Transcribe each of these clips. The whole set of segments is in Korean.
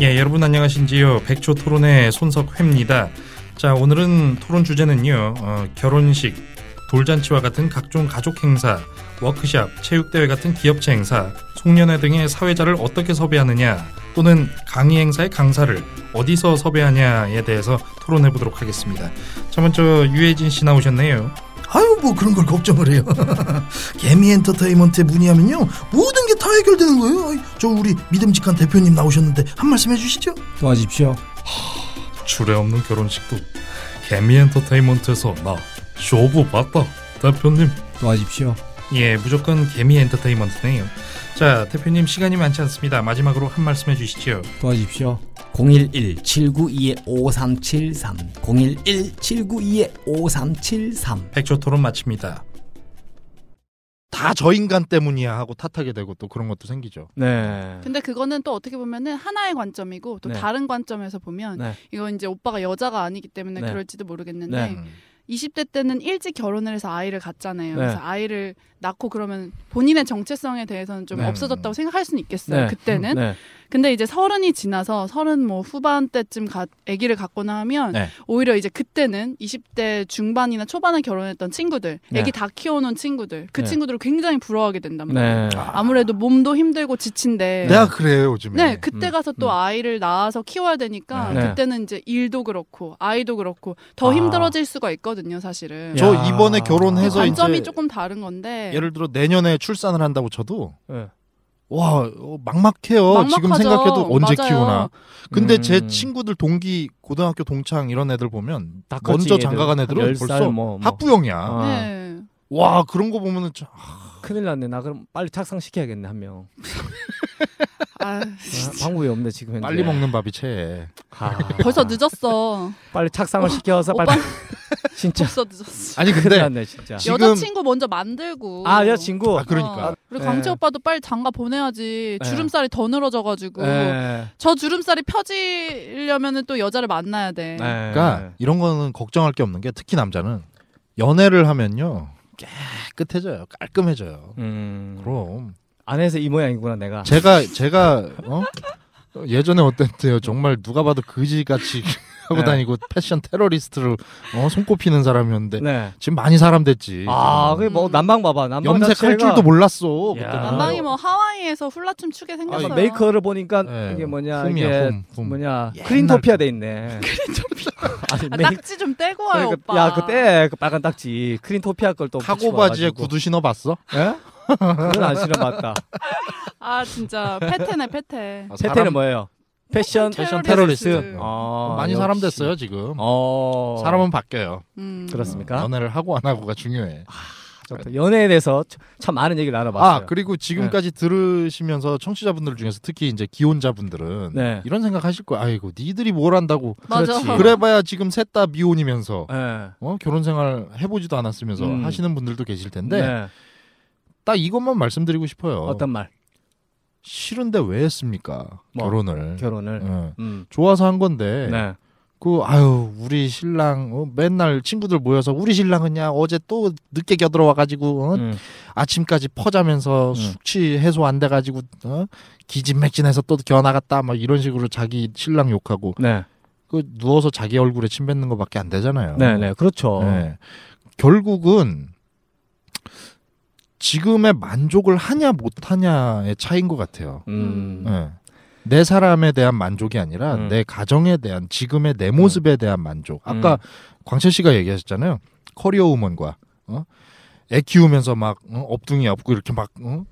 예, 여러분 안녕하신지요. 백초 토론의 손석회입니다. 자, 오늘은 토론 주제는요. 어, 결혼식, 돌잔치와 같은 각종 가족 행사, 워크샵, 체육대회 같은 기업체 행사, 송년회 등의 사회자를 어떻게 섭외하느냐, 또는 강의 행사의 강사를 어디서 섭외하냐에 대해서 토론해 보도록 하겠습니다. 자, 먼저 유해진 씨 나오셨네요. 아유 뭐 그런 걸 걱정을 해요. 개미 엔터테인먼트에 문의하면요 모든 게 다 해결되는 거예요. 아이, 저 우리 믿음직한 대표님 나오셨는데 한 말씀 해주시죠. 도와주십시오. 주례 없는 결혼식도 개미 엔터테인먼트에서 나 쇼부 봤다. 대표님 도와주십시오. 예, 무조건 개미 엔터테인먼트네요. 자, 대표님 시간이 많지 않습니다. 마지막으로 한 말씀 해주시죠. 도와주십시오. 011-792-5373 011-792-5373 백조 토론 마칩니다. 다 저 인간 때문이야 하고 탓하게 되고 또 그런 것도 생기죠. 네. 근데 그거는 또 어떻게 보면은 하나의 관점이고 또 네. 다른 관점에서 보면 네. 이건 이제 오빠가 여자가 아니기 때문에 네. 그럴지도 모르겠는데 네. 음. 20대 때는 일찍 결혼을 해서 아이를 갖잖아요. 네. 그래서 아이를 낳고 그러면 본인의 정체성에 대해서는 좀 네. 없어졌다고 생각할 수는 있겠어요. 네. 그때는. 네. 근데 이제 서른이 지나서 서른 뭐 후반 때쯤 가, 아기를 갖거나 하면 네. 오히려 이제 그때는 20대 중반이나 초반에 결혼했던 친구들, 네. 아기 다 키워놓은 친구들, 그 네. 친구들을 굉장히 부러워하게 된단 말이에요. 예. 네. 아무래도 몸도 힘들고 지친데 내가 그래요 요즘에. 네, 그때 음, 가서 또 음. 아이를 낳아서 키워야 되니까 네. 그때는 이제 일도 그렇고 아이도 그렇고 더 아. 예. 힘들어질 수가 있거든요, 사실은. 야. 저 이번에 결혼해서 관점이 이제 조금 다른 건데 예를 들어 내년에 출산을 한다고 쳐도 네. 와 어, 막막해요. 지금 막막하죠. 생각해도 언제 맞아요. 키우나. 근데 제 음. 친구들 동기 고등학교 동창 이런 애들 보면 다 컸지, 먼저 애들. 장가간 한 애들은 열 살, 벌써 뭐, 뭐. 학부형이야. 아. 네. 와 그런 거 보면은 참- 큰일 났네. 나 그럼 빨리 착상시켜야겠네, 한 명. 아, 아, 방법이 없네, 지금 현재. 빨리 먹는 밥이 최애. 아. 벌써 늦었어. 빨리 착상을 어, 시켜서 빨리 오빠 진짜 벌써 늦었어. 아니 큰일 근데 났네, 진짜. 지금- 여자친구 먼저 만들고. 아, 여자친구. 아 그러니까 어, 그리고 네. 광채 오빠도 빨리 장가 보내야지. 네. 주름살이 더 늘어져가지고. 네. 저 주름살이 펴지려면은 또 여자를 만나야 돼. 네. 그러니까 이런 거는 걱정할 게 없는 게 특히 남자는 연애를 하면요 깨끗해져요 깔끔해져요 음. 그럼 안에서 이 모양이구나, 내가. 제가 제가 어? 예전에 어땠대요 정말 누가 봐도 그지같이 하고 네. 다니고 패션 테러리스트를 어, 손꼽히는 사람이었는데 네. 지금 많이 사람 됐지 어. 아, 그게 뭐 음. 남방 봐봐. 남방 염색할 자체가 줄도 몰랐어 야. 그때는. 남방이 뭐 하와이에서 훌라춤 추게 생겼어요. 아, 메이커를 보니까 네, 이게 뭐냐 흠이야, 이게 흠, 흠. 뭐냐 옛날 크린토피아 돼 있네. 아니, 아, 메이- 딱지 좀 떼고 와요, 그러니까, 오빠. 야 그때 그 빨간 딱지 크린토피아 걸또 카고 바지에 구두 신어봤어? 예? 그건 안 신어봤다. 아 진짜 패테네 패테. 아, 사람- 세태는 뭐예요? 패션 패션 테러리스트. 어, 아, 많이 사람 역시. 됐어요 지금 어 사람은 바뀌어요 음. 그렇습니까? 아, 연애를 하고 안 하고가 중요해 좋다. 연애에 대해서 참- 참 많은 얘기를 나눠봤어요. 네. 아 그리고 지금까지 들으시면서 청취자분들 중에서 특히 이제 기혼자분들은 네. 어. 이런 생각하실 거예요. 아이고 니들이 뭘 안다고 맞아. 그렇지. 그래. 그래봐야 지금 셋 다 미혼이면서 예. 어? 결혼 생활 해보지도 않았으면서 음. 하시는 분들도 계실 텐데 네. 딱 이것만 말씀드리고 싶어요. 어떤 말? 싫은데 왜 했습니까 뭐, 결혼을? 결혼을. 예. 음. 좋아서 한 건데 네. 네. 그 아유 우리 신랑 어, 맨날 친구들 모여서 우리 신랑은야 어제 또 늦게 겨들어와 가지고 어, 음. 아침까지 퍼자면서 음. 숙취 해소 안 돼가지고 어? 기진맥진해서 또 겨나갔다 막 이런 식으로 자기 신랑 욕하고 네. 그 누워서 자기 얼굴에 침 뱉는 것밖에 안 되잖아요. 네. 네. 그렇죠. 네. 결국은 지금의 만족을 하냐 못하냐의 차이인 것 같아요. 음. 네. 내 사람에 대한 만족이 아니라 음. 내 가정에 대한 지금의 내 모습에 대한 만족. 아까 음. 광철 씨가 얘기하셨잖아요. 커리어 우먼과 어? 애 키우면서 막 어? 업둥이 업고 이렇게 막 어?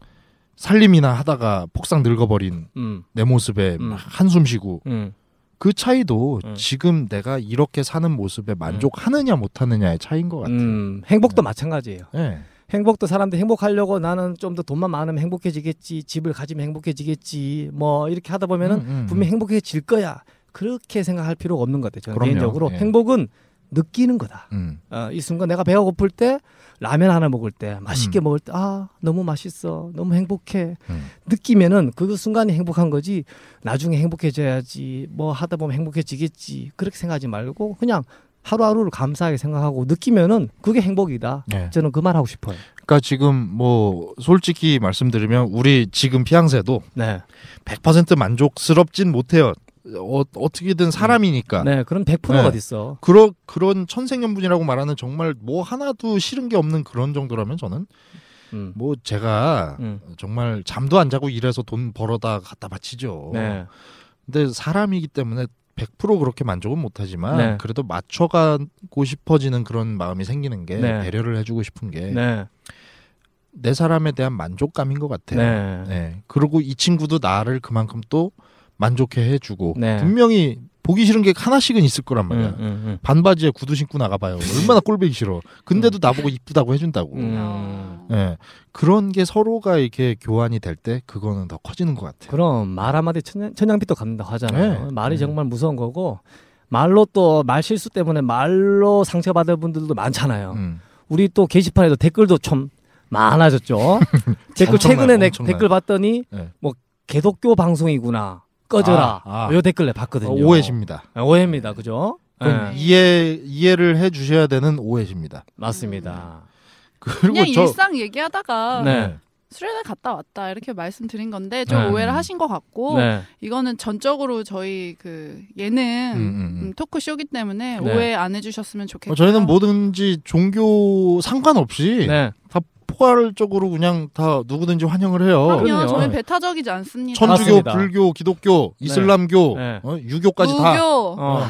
살림이나 하다가 폭삭 늙어버린 음. 내 모습에 음. 막 한숨 쉬고 음. 그 차이도 음. 지금 내가 이렇게 사는 모습에 만족하느냐 못하느냐의 차이인 것 같아요. 네. 음. 행복도 마찬가지예요. 예. 행복도 사람들 이 행복하려고 나는 좀 더 돈만 많으면 행복해지겠지 집을 가지면 행복해지겠지 뭐 이렇게 하다 보면은 음, 음. 분명히 행복해질 거야 그렇게 생각할 필요가 없는 것 같아요 저는 그럼요. 개인적으로 예. 행복은 느끼는 거다 음. 어, 이 순간 내가 배가 고플 때 라면 하나 먹을 때 맛있게 먹을 때 아 너무 맛있어 너무 행복해 음. 느끼면은 그 순간이 행복한 거지 나중에 행복해져야지 뭐 하다 보면 행복해지겠지 그렇게 생각하지 말고 그냥 하루하루를 감사하게 생각하고 느끼면은 그게 행복이다 예. 저는 그 말 하고 싶어요 그러니까 지금 뭐 솔직히 말씀드리면 우리 지금 피앙세도 네 100% 만족스럽진 못해요. 어, 어떻게든 사람이니까 네, 그럼 100%가 네. 어디 있어? 그런 그런 천생연분이라고 말하는 정말 뭐 하나도 싫은 게 없는 그런 정도라면 저는 음. 뭐 제가 음. 정말 잠도 안 자고 일해서 돈 벌어다 갖다 바치죠. 네. 근데 사람이기 때문에 100% 그렇게 만족은 못하지만 네. 그래도 맞춰가고 싶어지는 그런 마음이 생기는 게 네. 배려를 해주고 싶은 게 네. 내 네. 사람에 대한 만족감인 것 같아요. 네. 그리고 이 친구도 나를 그만큼 또 만족해 해주고 네. 분명히 보기 싫은 게 하나씩은 있을 거란 말이야. 음, 음, 반바지에 구두 신고 나가봐요. 얼마나 꼴보기 싫어. 근데도 나보고 이쁘다고 해준다고. 음. 아. 예. 그런 게 서로가 이렇게 교환이 될 때 그거는 더 커지는 것 같아요. 그럼 말 한마디 천냥, 천냥빚도 갚는다 하잖아요. 네. 말이 음. 정말 무서운 거고 말로 또 말 실수 때문에 말로 상처받은 분들도 많잖아요. 음. 우리 또 게시판에도 댓글도 좀 많아졌죠. 댓글 최근에 엄청나요, 내 엄청나요. 댓글 봤더니 네. 뭐 개독교 방송이구나 꺼져라 아, 아. 요 댓글 내 봤거든요. 어, 오해십니다. 아, 오해입니다, 그죠? 그건 네, 이해 이해를 해주셔야 되는 오해십니다. 맞습니다. 그리고 그냥 저 일상 얘기하다가 네, 수련회 갔다 왔다 이렇게 말씀드린 건데 좀 네. 오해를 하신 것 같고 네, 이거는 전적으로 저희 그 예능 음, 음, 음. 음, 토크쇼기 때문에 네. 오해 안 해주셨으면 어, 좋겠고 저희는 뭐든지 종교 상관없이 네, 다 포괄적으로 그냥 다 누구든지 환영을 해요. 그럼요 그럼요. 저희 네. 배타적이지 않습니다 천주교, 맞습니다. 불교, 기독교, 네. 이슬람교, 네. 어, 유교까지 다, 무교 어,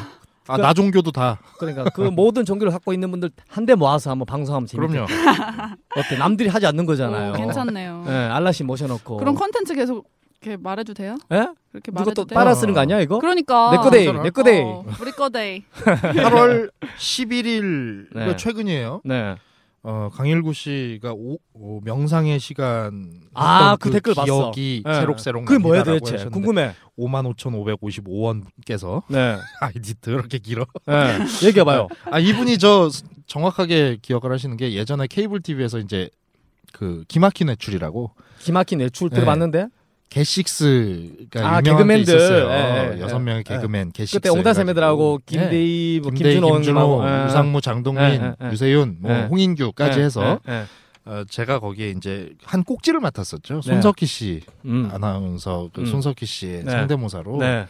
아, 나종교도 다. 그러니까 그 모든 종교를 갖고 있는 분들 한데 모아서 한번 방송하면 재밌겠다. 그럼요. 어때? 남들이 하지 않는 거잖아요. 오, 괜찮네요 네, 알라씨 모셔놓고. 그런 컨텐츠 계속 이렇게 말해도 돼요? 예? 그렇게 누가 말해도 또 돼요? 따라 쓰는 거 아니야 이거? 그러니까 내 거데이, 괜찮아. 내 거데이. 어, 우리 거데이 8월 11일 네. 최근이에요. 네. 어, 강일구 씨가 오, 오, 명상의 시간 아, 했던 그 댓글 봤어. 기억이 네. 새록새록 그게 뭐야 납니다라고 도대체? 하셨는데 궁금해. 55,555원께서 네. 아이디 더럽게 길어. 네. 얘기해봐요. 아 이분이 저 스- 정확하게 기억을 하시는 게 예전에 케이블 TV에서 이제 그 기막힌 외출이라고 기막힌 외출 네. 들어봤는데 개식스가 아, 유명한 개그맨들. 게 있었어요. 예, 예, 여섯 예. 명의 개그맨 개식스. 그때 해가지고. 옹달샘애들하고 예. 김대희, 뭐 김대희, 김준호, 김준호, 형님하고. 예. 유상무, 장동민, 예, 예, 예. 유세윤, 뭐 예. 홍인규까지 예, 해서 예, 예. 네. 어, 제가 거기에 이제 한 꼭지를 맡았었죠. 손석희 씨 음. 아나운서 그 음. 손석희 씨의 네. 상대모사로 네.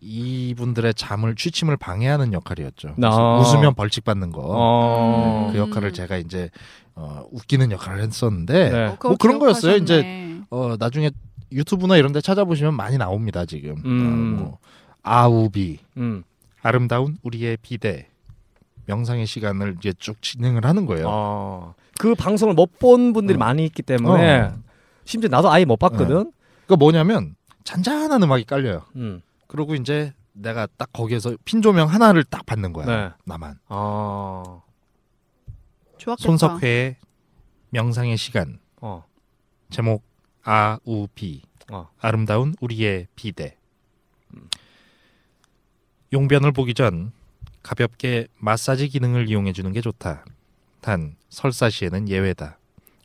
이분들의 잠을 취침을 방해하는 역할이었죠. 그래서 아. 웃으면 벌칙 받는 거. 어. 그 음. 역할을 제가 이제 어, 웃기는 역할을 했었는데 네. 어, 그거 뭐 그런 거였어요, 기억하셨네. 어, 나중에 유튜브나 이런 데 찾아보시면 많이 나옵니다, 지금. 음. 어, 뭐, 아우비, 음. 아름다운 우리의 비대, 명상의 시간을 이제 쭉 진행을 하는 거예요. 어. 그 방송을 못 본 분들이 어. 많이 있기 때문에 어. 심지어 나도 아예 못 봤거든. 그러니까 뭐냐면 잔잔한 음악이 깔려요. 음. 그리고 이제 내가 딱 거기에서 핀 조명 하나를 딱 받는 거야. 네. 나만. 아. 어. 좋았겠다 손석회의 명상의 시간. 어. 제목 아우비 어. 아름다운 우리의 비대 용변을 보기 전 가볍게 마사지 기능을 이용해 주는 게 좋다 단 설사시에는 예외다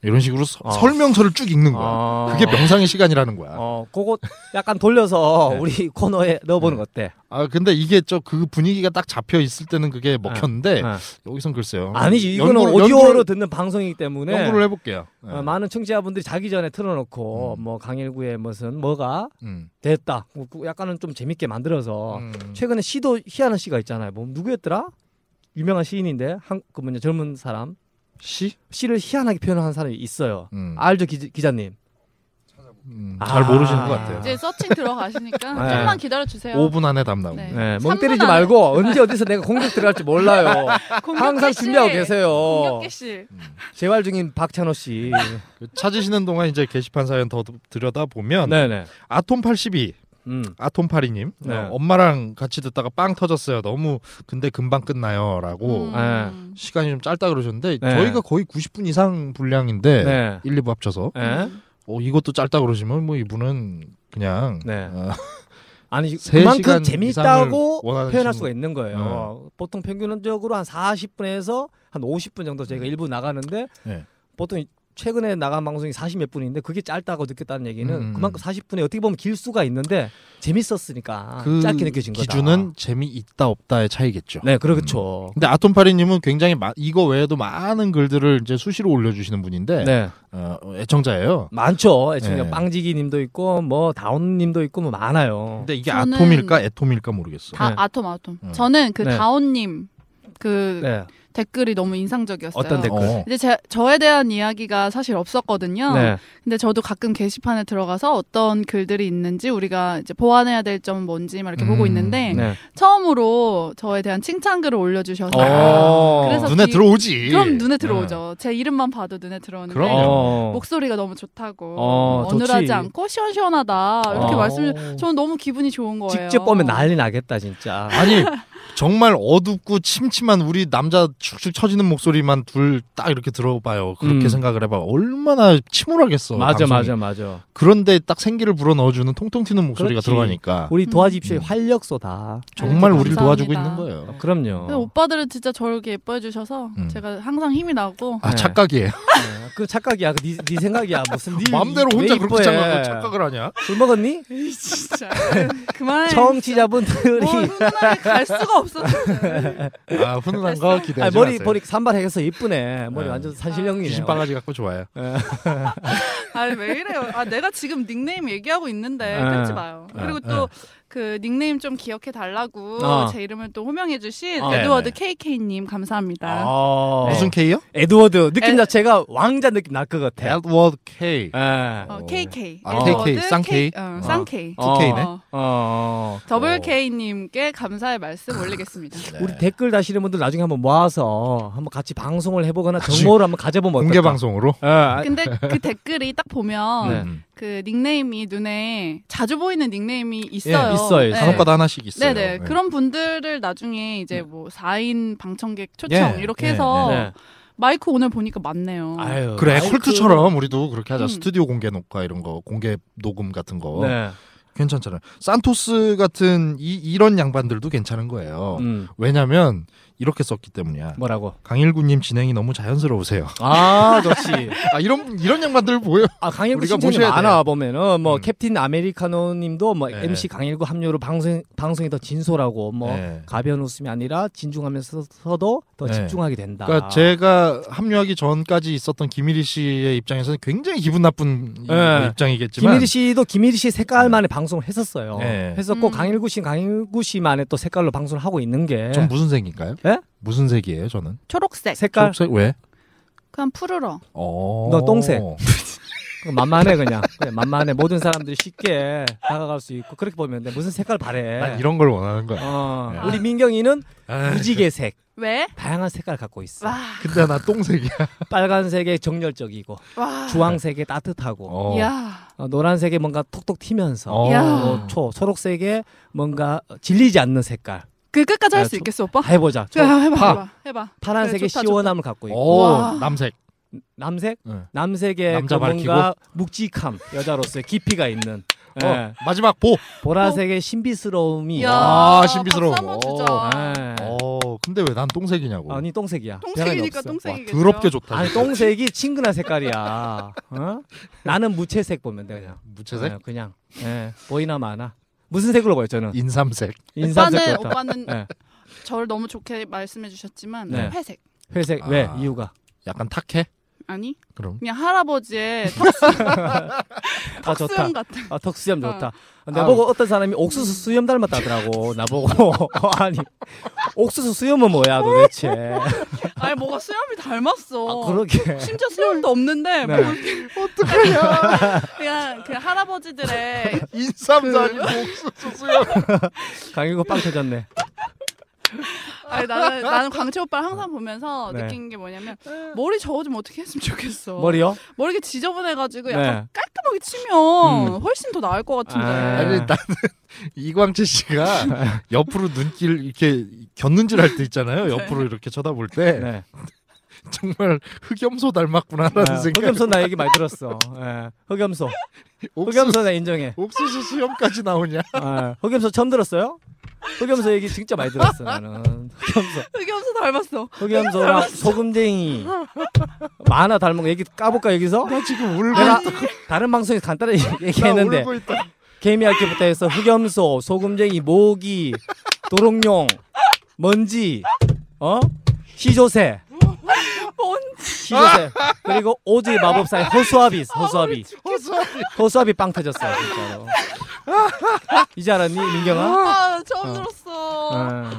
이런 식으로 서- 어. 설명서를 쭉 읽는 거야 아. 그게 명상의 시간이라는 거야 어, 그거 약간 돌려서 아. 네. 우리 코너에 네. 넣어보는 거 어때? 아 근데 이게 저 그 분위기가 딱 잡혀 있을 때는 그게 먹혔는데 네. 여기선 글쎄요 아니지 이거는 연구를- 오디오로 연구를, 듣는 방송이기 때문에 연구를 해볼게요 네. 어, 많은 청취자분들이 자기 전에 틀어놓고 음. 뭐 강일구의 무슨 뭐가 음. 됐다 뭐 그 약간은 좀 재밌게 만들어서 음. 최근에 시도 희한한 시가 있잖아요 뭐 누구였더라 유명한 시인인데 한그 뭐냐 젊은 사람 시? 시를 희한하게 표현하는 사람이 있어요 음. 알죠 기, 기자님 음, 아. 잘 모르시는 것 같아요 이제 서칭 들어가시니까 네. 조금만 기다려주세요 5분 안에 답 나옵니다 네. 네, 삼분 멍 때리지 안에- 말고 언제 어디서 내가 공격 들어갈지 몰라요 공격기 항상 씨. 준비하고 계세요 공격기 씨 재활 중인 박찬호 씨 그 찾으시는 동안 이제 게시판 사연 더 들여다 보면 네네 아톰 82 음. 아톰 파리님 네. 어, 엄마랑 같이 듣다가 빵 터졌어요. 너무 근데 금방 끝나요라고 음. 시간이 좀 짧다 그러셨는데 네. 저희가 거의 90분 이상 분량인데 네. 1, 2부 합쳐서 네. 어, 이것도 짧다 그러시면 뭐 이분은 그냥 네. 어, 아니 세 그만큼 시간 재밌다고 이상을 원하는 친구. 네. 표현할 수가 있는 거예요. 보통 평균적으로 한 40분에서 한 50분 정도 저희가 일부 나가는데 네. 보통 최근에 나간 방송이 40몇 분인데 그게 짧다고 느꼈다는 얘기는 음. 그만큼 40분에 어떻게 보면 길 수가 있는데 재밌었으니까 그 아, 짧게 느껴진 거다. 아. 기준은 음. 재미 있다 없다의 차이겠죠. 네, 그렇죠. 근데 아톰파리님은 굉장히 마- 이거 외에도 많은 글들을 이제 수시로 올려주시는 분인데 네. 어, 애청자예요. 많죠. 애청자 네. 빵지기님도 있고 뭐 다운님도 있고 뭐 많아요. 근데 이게 저는- 아톰일까 애톰일까 모르겠어. 다 네. 아톰 아톰. 음. 저는 그 네. 다온님 그 네. 댓글이 너무 인상적이었어요. 어떤 댓글? 어. 이제 제, 저에 대한 이야기가 사실 없었거든요. 네. 근데 저도 가끔 게시판에 들어가서 어떤 글들이 있는지 우리가 이제 보완해야 될 점은 뭔지 막 이렇게 보고 음, 있는데 네. 처음으로 저에 대한 칭찬글을 올려주셔서 어. 그래서 눈에 비- 들어오지. 그럼 예. 눈에 들어오죠. 제 이름만 봐도 눈에 들어오는데 그럼. 어. 목소리가 너무 좋다고 어, 어눌하지 좋지. 않고 시원시원하다 이렇게 어. 말씀. 저는 너무 기분이 좋은 거예요. 직접 보면 난리 나겠다 진짜. 네. 아니 정말 어둡고 침침한 우리 남자 축축 처지는 목소리만 둘 딱 이렇게 들어봐요. 그렇게 음. 생각을 해봐. 얼마나 침울하겠어. 맞아 방송이. 맞아 맞아. 그런데 딱 생기를 불어 넣어주는 통통 튀는 목소리가 그렇지. 들어가니까 우리 도와집시의 음. 활력소다. 정말 아이고, 우리를 감사합니다. 도와주고 있는 거예요. 그럼요. 근데 오빠들은 진짜 저렇게 예뻐해 주셔서 음. 제가 항상 힘이 나고 아 네. 착각이에요. 네, 그 착각이야. 그 네, 네 생각이야. 무슨 네 마음대로 왜 혼자 그렇게 이뻐해. 착각을, 착각을 하냐? 술 먹었니? 에이, 진짜 그만 청취자분들이 뭐 훈훈하게 갈 수가 없었어. 아 훈훈한 거 아, 기대하지 머리 마세요. 머리 산발해서 이쁘네. 머리 네. 완전 산신령이네. 귀신 방아지 갖고 좋아요. 아니 왜 이래요? 아 내가 지금 닉네임 얘기하고 있는데 네. 끊지 마요. 그리고 네. 또 그 닉네임 좀 기억해 달라고 어. 제 이름을 또 호명해주신 어. 에드워드 네, KK님 감사합니다. 아, 무슨 K요? 에드워드 느낌 에- 자체가 왕자 느낌 날 것 같아. Edward K. 예. 어, KK 아, 에드워드 KK, 쌍 K? 어, 쌍 K 어. K 네. 어. 어. 더블 K님께 감사의 말씀 올리겠습니다. 네. 우리 댓글 다시는 분들 나중에 한번 모아서 한번 같이 방송을 해보거나 정모를 한번 가져보면 어떨까? 공개 방송으로. 예, 아, 근데 그 댓글이 딱 보면 네. 음. 그 닉네임이 눈에 자주 보이는 닉네임이 있어요. 예, 있어요, 있어요. 네. 간혹가다 하나씩 있어요. 네네. 네. 그런 분들을 나중에 이제 뭐 4인 방청객 초청 예, 이렇게 예, 해서 네. 마이크 오늘 보니까 많네요. 아유, 그래 마이크- 콜트처럼 우리도 그렇게 하자 음. 스튜디오 공개 녹화 이런 거 공개 녹음 같은 거 네. 괜찮잖아요 산토스 같은 이, 이런 양반들도 괜찮은 거예요 음, 왜냐면 이렇게 썼기 때문이야 뭐라고? 강일구님 진행이 너무 자연스러우세요 아, 좋지. 아 이런 이런 양반들 보여 아, 강일구 우리가 신청이 모셔야 많아 돼요. 보면은 뭐 음. 캡틴 아메리카노님도 뭐 네. MC 강일구 합류로 방송 방송이 더 진솔하고 뭐 네. 가벼운 웃음이 아니라 진중하면서도 더 네. 집중하게 된다. 그러니까 제가 합류하기 전까지 있었던 김일희 씨의 입장에서는 굉장히 기분 나쁜 이- 뭐 네. 입장이겠지만 김일희 씨도 김일희 씨 색깔만의 방송을 했었어요. 음. 네. 했었고 음. 강일구 씨는 강일구 씨만의 또 색깔로 방송을 하고 있는 게 전 무슨 색인가요? 예? 무슨 색이에요 저는? 초록색. 색깔 초록색 왜? 그냥 푸르러. 어... 그러니까 너 똥색. 그거 만만해 그냥 그래, 만만해 모든 사람들이 쉽게 다가갈 수 있고 그렇게 보면 돼 무슨 색깔 바래. 난 이런 걸 원하는 거야 어, 네. 우리 민경이는 아, 무지개색 왜? 다양한 색깔 갖고 있어. 와, 근데 나 똥색이야 빨간색에 정열적이고 와. 주황색에 따뜻하고 어. 야. 어, 노란색에 뭔가 톡톡 튀면서 어. 야. 어, 초 초록색에 뭔가 질리지 않는 색깔 그 끝까지 할 아, 수 저- 있겠어, 오빠? 다 해보자 초, 야, 해봐, 파. 해봐, 해봐. 파란색에 그래, 네, 좋다, 시원함을 갖고 있고 오 와. 남색 남색 어. 네. 남색에 그 남자 뭔가 묵직함 여자로서의 깊이가 있는 예. 어, 마지막 보. 보라색의 신비스러움이 야, 아, 신비스러워. 박수 한번 주자. 예. 어, 근데 왜 난 똥색이냐고. 아니 똥색이야 변함이 똥색이니까 없어. 똥색이겠죠. 더럽게 좋다. 아니 똥색이 친근한 색깔이야 어? 나는 무채색 보면 돼 그냥 무채색? 예, 그냥 예, 보이나 마나 무슨 색으로 보여 저는 인삼색. 오빠는 인삼색 같다. 오빠는 네. 저를 너무 좋게 말씀해 주셨지만 네. 회색 회색 왜 아. 이유가 약간 탁해? 아니 그럼. 그냥 할아버지의 턱 아 좋다 수염 같은. 아 턱수염 좋다 어. 나보고 어떤 사람이 옥수수 수염 닮았다더라고 나보고 아니 옥수수 수염은 뭐야 도대체 어. 아니 뭐가 수염이 닮았어. 아 그러게 심지어 수염도 없는데 네. 뭐 이렇게 어떡하냐 그냥 그 할아버지들의 인삼도 아니고 옥수수 수염. 강일구 빵 터졌네 아니 나는 나는 광채 오빠를 항상 보면서 네. 느낀 게 뭐냐면 머리 저거 좀 어떻게 했으면 좋겠어 머리요 머리가 지저분해가지고 네. 음. 약간 깔끔하게 치면 훨씬 더 나을 것 같은데 아. 아니, 나는 이광채 씨가 옆으로 눈길 이렇게 곁눈질 할 때 있잖아요. 옆으로 이렇게 쳐다볼 때. 네 정말 흑염소 닮았구나라는 생각. 아, 흑염소 나 얘기 많이 들었어. 예. 흑염소. 옥수수, 흑염소 나 인정해. 옥수수 수염까지 나오냐? 예. 흑염소 처음 들었어요? 흑염소 얘기 진짜 많이 들었어 나는. 흑염소. 흑염소 닮았어. 흑염소랑 소금쟁이. 만화 닮은 거 얘기 까볼까 여기서? 나 지금 울고 내가 있다. 다른 방송에서 간단히 네. 아, 나 얘기했는데 울고 있다. 개미핥기부터 해서 흑염소, 소금쟁이, 모기, 도롱뇽, 먼지, 어? 시조새. 시조새. 그리고 오즈의 마법사의 허수아비, 있어, 허수아비. 허수아비. 허수아비 빵 터졌어, 진짜로. 이제 알았니, 민경아? 아, 처음 어. 들었어. 어,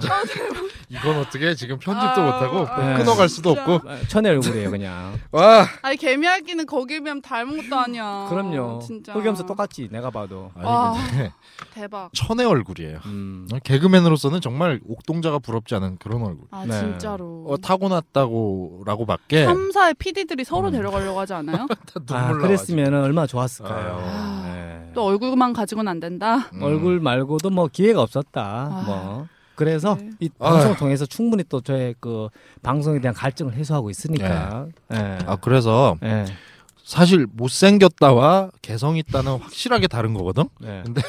이건 어떻게 지금 편집도 아, 못하고 아, 끊어갈 수도 진짜. 없고. 천의 얼굴이에요, 그냥. 와. 아니 개미핥기는 거기에 비하면 닮은 것도 아니야. 그럼요. 진짜. 흑염소 똑같지, 내가 봐도. 와. 아니 근데 대박. 천의 얼굴이에요. 음. 어, 개그맨으로서는 정말 옥동자가 부럽지 않은 그런 얼굴. 아 네. 진짜로. 어, 네. 타고났다고라고밖에 삼사의 PD들이 서로 음. 네. 데려가려고 하지 않아요? 다 눈물 아, 나가지고. 그랬으면 얼마나 좋았을까요. 아. 네. 또 얼굴만 가지고는 안 된다. 음. 얼굴 말고도 뭐 기회가 없었다. 뭐 그래서 아. 네. 이 아유. 방송 을 통해서 충분히 또 저의 그 방송에 대한 갈증을 해소하고 있으니까. 예. 아 그래서 예. 사실 못생겼다와 개성 있다는 확실하게 다른 거거든. 네. 근데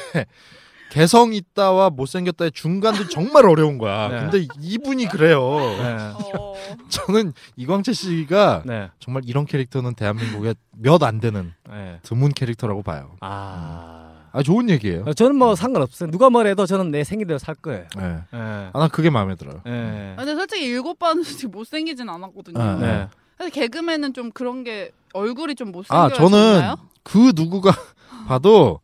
개성 있다와 못생겼다의 중간도 정말 어려운 거야. 네. 근데 이분이 그래요. 네. 어. 저는 이광채 씨가 네. 정말 이런 캐릭터는 대한민국에 몇 안 되는 네. 드문 캐릭터라고 봐요. 아. 아 좋은 얘기예요. 아, 저는 뭐 상관없어요. 누가 뭐래도 저는 내 생일대로 살 거예요. 네. 예. 아, 난 그게 마음에 들어요. 예. 아, 근데 솔직히 일곱 번은 지금 못생기진 않았거든요. 아, 네. 예. 사실 개그맨은 좀 그런 게 얼굴이 좀 못생겨요. 아 저는 그 누구가 봐도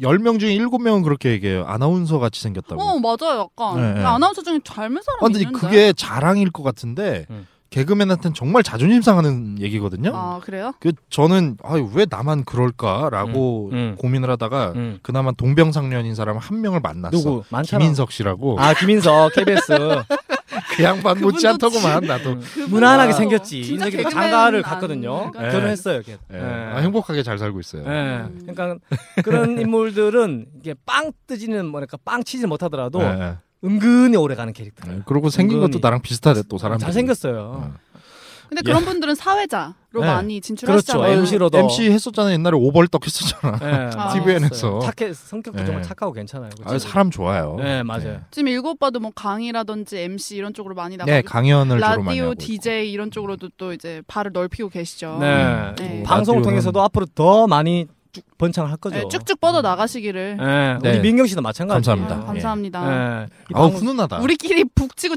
10명 중에 7명은 그렇게 얘기해요. 아나운서 같이 생겼다고. 어 맞아요 약간 네, 네. 아나운서 중에 닮은 사람 아, 근데 있는데 그게 자랑일 것 같은데 음. 개그맨한테는 정말 자존심 상하는 얘기거든요. 아 그래요? 그 저는 아, 왜 나만 그럴까라고 음, 음. 고민을 하다가 음. 그나마 동병상련인 사람 한 명을 만났어. 누구 많잖아. 김인석 씨라고. 아 김인석 KBS 그 양반 그분도 못지않더구만 음. 나도. 무난하게 아, 생겼지. 진짜 인석이 개그맨 장가를 안 갔거든요. 그러니까. 결혼했어요. 걔. 예. 예. 아, 행복하게 잘 살고 있어요. 예. 음. 그러니까 그런 인물들은 이게 빵 뜨지는 뭐랄까 빵 치지 못하더라도 예, 예. 은근히 오래가는 캐릭터. 예, 그리고 생긴 은근히. 것도 나랑 비슷하대 또 네. 사람. 잘 생겼어요. 근데 예. 그런 분들은 사회자로 네. 많이 그렇죠. 진출하시잖아요. MC로도 MC 했었잖아 옛날에 오벌떡 했었잖아. 아, TVN에서. 착해 성격도 예. 정말 착하고 괜찮아요. 그치? 아, 사람 좋아요. 예, 맞아요. 지금 일곱바도 뭐 강의라든지 MC 이런 쪽으로 많이 네, 나가고 강연을 주로 많이 하고 라디오 있고. DJ 이런 쪽으로도 또 이제 발을 넓히고 계시죠. 네. 네. 방송을 아, 라디오는- 통해서도 앞으로 더 많이 쭉 번창을 할 거죠. 네, 쭉쭉 뻗어 나가시기를 예, 음. 네. 우리 민경 씨도 마찬가지. 감사합니다. 네. 아, 감사합니다. 예. 이 아우 방송- 훈훈하다. 우리끼리 북치고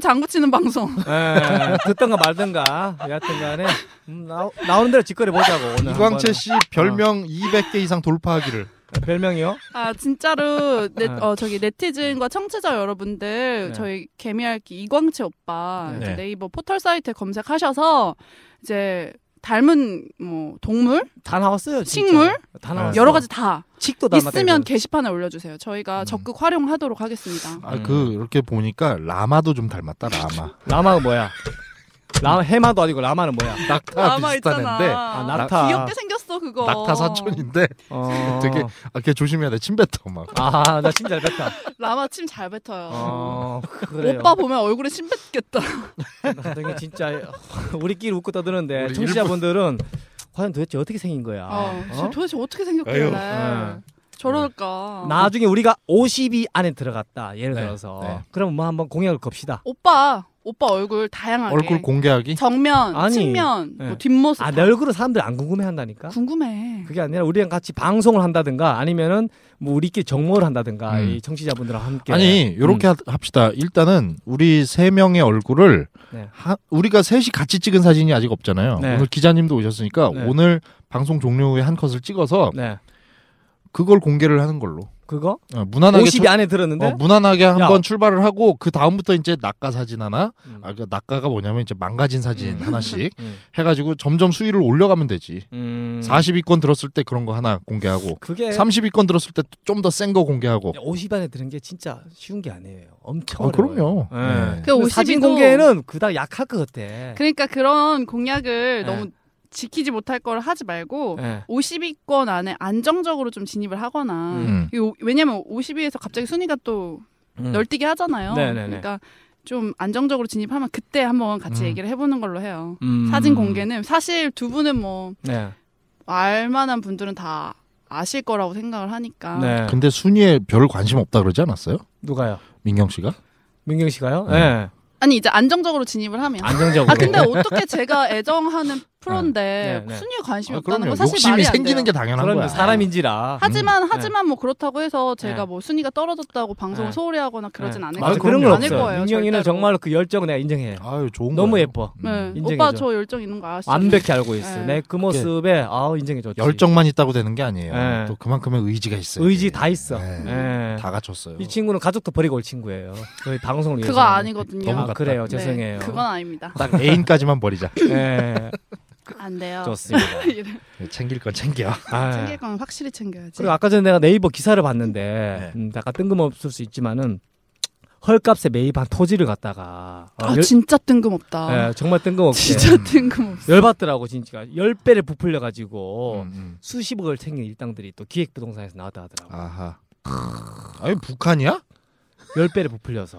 장구치는 방송. 예, 듣던가 말던가 여하튼간에 음, 나, 나오는 대로 직거래 보자고 오늘 이광채 한번. 씨 어. 별명 200개 이상 돌파하기를. 별명이요? 아 진짜로 네, 네. 어 저기 네티즌과 청취자 여러분들 네. 저희 개미알기 이광채 오빠 네. 이제 네이버 포털 사이트에 검색하셔서 이제 닮은 뭐 동물 다 나왔어요. 진짜. 식물? 다 나왔어요. 여러 가지 다 칙도 닮았다. 있으면 게시판에 올려주세요. 저희가 음. 적극 활용하도록 하겠습니다. 아, 음. 그 이렇게 보니까 라마도 좀 닮았다. 라마. 라마가 뭐야? 라 해마도 아니고 라마는 뭐야? 낙타 라마 비슷한 있잖아. 앤데 아, 아, 낙타. 귀엽게 생겼어 그거. 네. 낙타 사촌인데 어... 되게 아, 걔 조심해야 돼. 침 뱉어 막. 아나 진짜 뱉다. 라마 침 잘 뱉어요. 어 그래요. 오빠 보면 얼굴에 침 뱉겠다. 나중에 진짜 우리끼리 웃고 떠드는데 우리 청취자분들은 과연 도대체 어떻게 생긴 거야? 어, 진짜 어? 도대체 어떻게 생겼길래 아유. 네. 저럴까? 나중에 우리가 50위 안에 들어갔다 예를 네, 들어서 네. 그럼 뭐 한번 공약을 겁시다. 오빠 오빠 얼굴 다양하게 얼굴 공개하기? 정면, 아니, 측면, 네. 뭐 뒷모습 아내 얼굴은 사람들이 안 궁금해한다니까. 궁금해. 그게 아니라 우리랑 같이 방송을 한다든가 아니면은 뭐 우리끼리 정모를 한다든가 음. 이 청취자분들과 함께 아니, 음. 요렇게 하- 합시다. 일단은 우리 세 명의 얼굴을 네. 하- 우리가 셋이 같이 찍은 사진이 아직 없잖아요. 네. 오늘 기자님도 오셨으니까 네. 오늘 방송 종료 후에 한 컷을 찍어서 네 그걸 공개를 하는 걸로. 그거 어, 무난하게 50위 출- 안에 들었는데 어, 무난하게 야. 한번 출발을 하고 그 다음부터 이제 낙가 사진 하나, 음. 아, 그 낙가가 뭐냐면 이제 망가진 사진 음. 하나씩 음. 해가지고 점점 수위를 올려가면 되지. 음. 네. 40위권 들었을 때 그런 거 하나 공개하고 그게 30위권 들었을 때 좀 더 센 거 공개하고 50 안에 드는 게 진짜 쉬운 게 아니에요. 엄청 아, 그럼요. 어려워요. 예. 네. 그 근데 사진 50이도 공개는 그닥 약할 것 같아. 그러니까 그런 공약을 네. 너무 지키지 못할 걸 하지 말고 예. 50위권 안에 안정적으로 좀 진입을 하거나 그 음. 이거 왜냐면 50위에서 갑자기 순위가 또 음. 널뛰게 하잖아요. 네네네. 그러니까 좀 안정적으로 진입하면 그때 한번 같이 음. 얘기를 해보는 걸로 해요. 음. 사진 공개는 사실 두 분은 뭐 네. 알만한 분들은 다 아실 거라고 생각을 하니까 네. 근데 순이에 별 관심 없다 그러지 않았어요? 누가요? 민경 씨가? 민경 씨가요? 음. 네. 아니 이제 안정적으로 진입을 하면 안정적으로. 아, 아 근데 어떻게 제가 애정하는 프로인데 네, 네. 순위에 관심이 아, 없다는 그럼요. 건 사실 욕심이 말이 안 생기는 돼요. 게 당연한 그런 거야. 사람인지라. 하지만 네. 하지만 뭐 그렇다고 해서 제가 네. 뭐 순위가 떨어졌다고 방송을 네. 소홀히 하거나 그러진 네. 않을 맞아, 거예요. 아, 그런 그럼요. 건 아닐 없어요. 거예요. 민경이는 절대로. 정말 그 열정 내가 인정해요. 아유 좋은 너무 거예요. 예뻐. 네. 음. 인정해줘. 오빠 저 열정 있는 거 아시죠? 완벽히 알고 있어. 네. 내 그 모습에 아 인정해 줬지. 열정만 있다고 되는 게 아니에요. 네. 또 그만큼의 의지가 있어요. 의지 다 있어. 네. 네. 다 갖췄어요. 이 친구는 가족도 버리고 올 친구예요. 저희 방송을 위해서. 그거 아니거든요. 너무 아, 같다. 그래요. 네, 죄송해요. 그건 아닙니다. 딱 애인까지만 버리자. 네. 안 돼요. 좋습니다. 이래. 챙길 건 챙겨. 아. 챙길 건 확실히 챙겨야지. 그리고 아까 전에 내가 네이버 기사를 봤는데 네. 음, 약간 뜬금없을 수 있지만은 헐값에 매입한 토지를 갖다가 어, 아 열- 진짜 뜬금없다. 예, 정말 뜬금없게 진짜 뜬금없어. 열받더라고 진짜 열 배를 부풀려 가지고 음, 음. 수십억을 챙긴 일당들이 또 기획부동산에서 나왔다 하더라고 아하. 아니 북한이야? 열 배를 부풀려서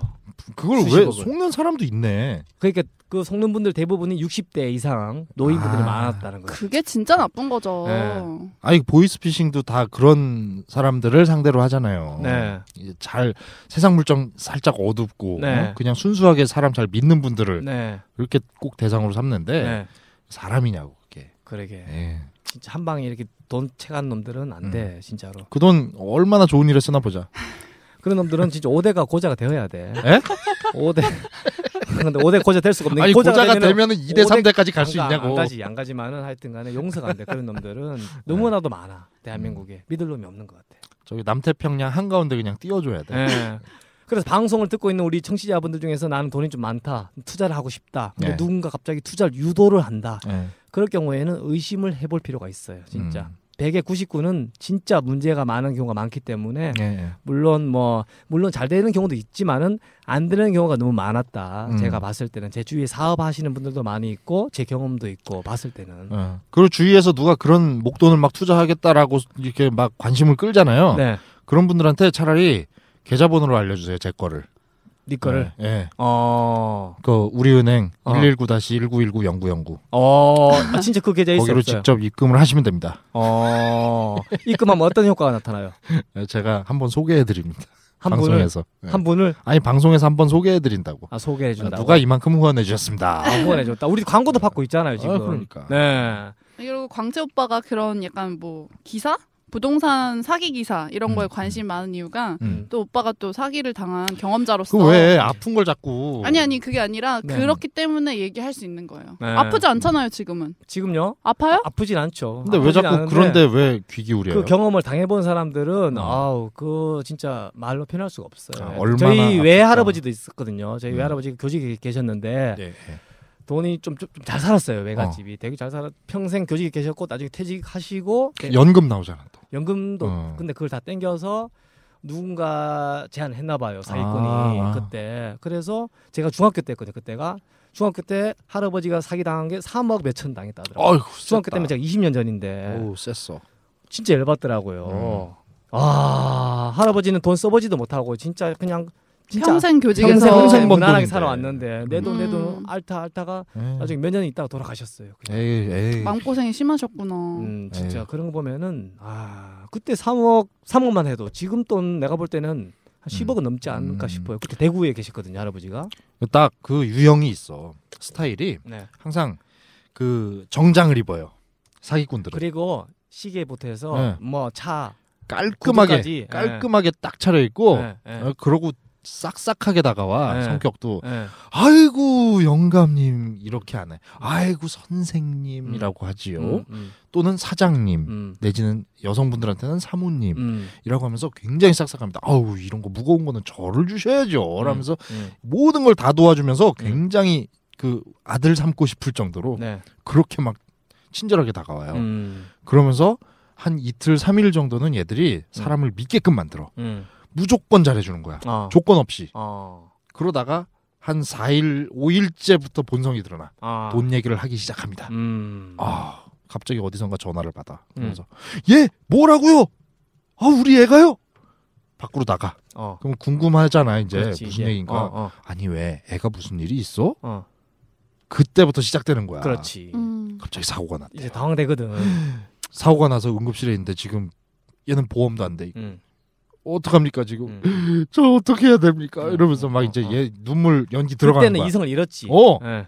그걸 왜 수십억을. 속는 사람도 있네. 그러니까 그 속는 분들 대부분이 60대 이상 노인분들이 아. 많았다는 거예요. 그게 진짜 나쁜 거죠. 네. 아니 보이스피싱도 다 그런 사람들을 상대로 하잖아요. 네, 이제 잘 세상 물정 살짝 어둡고 네. 어? 그냥 순수하게 사람 잘 믿는 분들을 네, 이렇게 꼭 대상으로 삼는데 네, 사람이냐고 그게. 그러게 예. 진짜 한 방에 이렇게 돈 채간 놈들은 안 돼 진짜로. 그 돈 얼마나 좋은 일에 쓰나 보자. 그런 놈들은 진짜 5대가 고자가 되어야 돼. 에? 5대. 근데 5대 고자 될 수가 없는 아니 게 네, 고자가, 고자가 되면은 되면은 2대 3대까지 갈 수 안 가- 안 있냐고. 네. 가지 안 가지만은 하여튼간에 용서가 안 돼. 그런 놈들은 너무나도 많아 음. 대한민국에 믿을 놈이 없는 것 같아. 저기 남태평양 한가운데 그냥 띄워줘야 돼. 예. 그래서 방송을 듣고 있는 우리 청취자분들 중에서 나는 돈이 좀 많다 투자를 하고 싶다 근데 네. 누군가 갑자기 투자를 유도를 한다 예. 그럴 경우에는 의심을 해볼 필요가 있어요 진짜 음. 100에 99는 진짜 문제가 많은 경우가 많기 때문에 예, 예. 물론 뭐 물론 잘 되는 경우도 있지만은 안 되는 경우가 너무 많았다. 음. 제가 봤을 때는 제 주위에 사업하시는 분들도 많이 있고 제 경험도 있고 봤을 때는 어. 그리고 주위에서 누가 그런 목돈을 막 투자하겠다라고 이렇게 막 관심을 끌잖아요. 네, 그런 분들한테 차라리 계좌번호로 알려주세요. 제 거를. 네 거를 예. 예. 어, 그 우리은행 어. 119-1919-0909 어, 아, 진짜 그 계좌에 있어요. 거기로 없어요? 직접 입금을 하시면 됩니다. 어, 입금하면 어떤 효과가 나타나요? 예, 제가 한번 소개해드립니다. 한 분을 방송에서. 예. 한 분을 아니 방송에서 한번 소개해드린다고. 아, 소개해 준다. 누가 이만큼 후원해 주셨습니다. 아, 후원해 줬다. 우리 광고도 받고 있잖아요 지금. 아, 그러니까. 네, 그리고 광채 오빠가 그런 약간 뭐 기사? 부동산 사기 기사 이런 거에 음. 관심 많은 이유가 음. 또 오빠가 또 사기를 당한 경험자로서 그 왜 어. 아픈 걸 자꾸? 아니 아니 그게 아니라 네. 그렇기 때문에 얘기할 수 있는 거예요. 네. 아프지 않잖아요 지금은. 지금요? 아파요? 아프진 않죠. 근데 왜 아프진 자꾸 않은데 그런데 왜 귀 기울여요? 그 경험을 당해본 사람들은 예. 어. 아우 그 진짜 말로 표현할 수가 없어요. 아, 얼마나 저희 아팠을까. 외할아버지도 있었거든요. 저희 음. 외할아버지 교직에 계셨는데 예, 예. 돈이 좀 좀 잘 살았어요. 외갓집이 되게 잘 살았. 평생 교직에 계셨고 나중에 퇴직하시고 네, 연금 나오잖아. 또. 연금도 어. 근데 그걸 다 땡겨서 누군가 제안했나 봐요 사기꾼이 아. 그때 그래서 제가 중학교 때였거든요 그때가 중학교 때 할아버지가 사기 당한 게 3억 몇천 당했다 어휴, 하더라고요 중학교 셌다. 때면 제가 20년 전인데 오, 셌어. 진짜 열받더라고요. 음. 아 할아버지는 돈 써보지도 못하고 진짜 그냥 진짜 평생 교직에서 네. 평생, 평생 번 무난하게 돈인데. 살아왔는데 내 돈 내 돈 음. 앓다 앓다가 에 나중에 몇 년 있다가 돌아가셨어요. 그냥. 에이, 에이. 마음고생이 심하셨구나. 음 진짜 에이. 그런 거 보면은 아 그때 3억 3억만 해도 지금 돈 내가 볼 때는 한 10억은 넘지 않을까 음. 싶어요. 그때 대구에 계셨거든요 할아버지가. 딱 그 유형이 있어. 스타일이 네. 항상 그 정장을 입어요. 사기꾼들은 그리고 시계부터 해서 네. 뭐차 깔끔하게 구두까지. 예. 깔끔하게 딱 차려입고 네, 네. 어, 그러고 싹싹하게 다가와 네. 성격도 예. 아이고 영감님 이렇게 안 해. 아이고 선생님이라고 하지요. 음, 음, 또는 사장님 음, 내지는 여성분들한테는 사모님이라고 음, 하면서 굉장히 싹싹합니다. 아우 이런 거 무거운 거는 저를 주셔야죠. 라면서 음. 모든 걸 다 도와주면서 굉장히 그 아들 삼고 싶을 정도로 네. 그렇게 막 친절하게 다가와요. 음, 그러면서 한 이틀 삼일 정도는 얘들이 사람을 믿게끔 만들어. 음. 무조건 잘해주는 거야. 아. 조건 없이. 어. 그러다가 한 4일, 5일째부터 본성이 드러나. 아. 돈 얘기를 하기 시작합니다. 음. 아, 갑자기 어디선가 전화를 받아. 음. 그래서 얘 뭐라고요? 아, 우리 애가요? 밖으로 나가. 어. 그럼 궁금하잖아 이제 그렇지, 무슨 이제. 얘기인가. 어, 어, 아니 왜 애가 무슨 일이 있어? 어. 그때부터 시작되는 거야. 그렇지. 음. 갑자기 사고가 났대. 이제 당황되거든. 음. 사고가 나서 응급실에 있는데 지금 얘는 보험도 안 돼. 있고 음, 어떡합니까 지금? 음. 저 어떻게 해야 됩니까? 음, 이러면서 막 음, 이제 음, 얘 눈물 연기 들어가는 그때는 거야. 이성을 잃었지. 어. 예.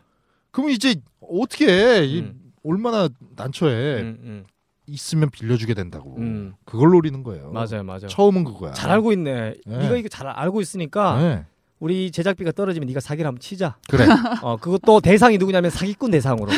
그럼 이제 어떻게 해? 이 네. 음, 얼마나 난처해. 음, 있으면 빌려주게 된다고. 음, 음. 그걸 노리는 거예요. 맞아요, 맞아요. 어. 처음은 그거야. 잘 알고 있네. 예. 네가 이거 잘 알고 있으니까 네. 우리 제작비가 떨어지면 네가 사기를 한번 치자. 그래. 어, 그것도 대상이 누구냐면 사기꾼 대상으로.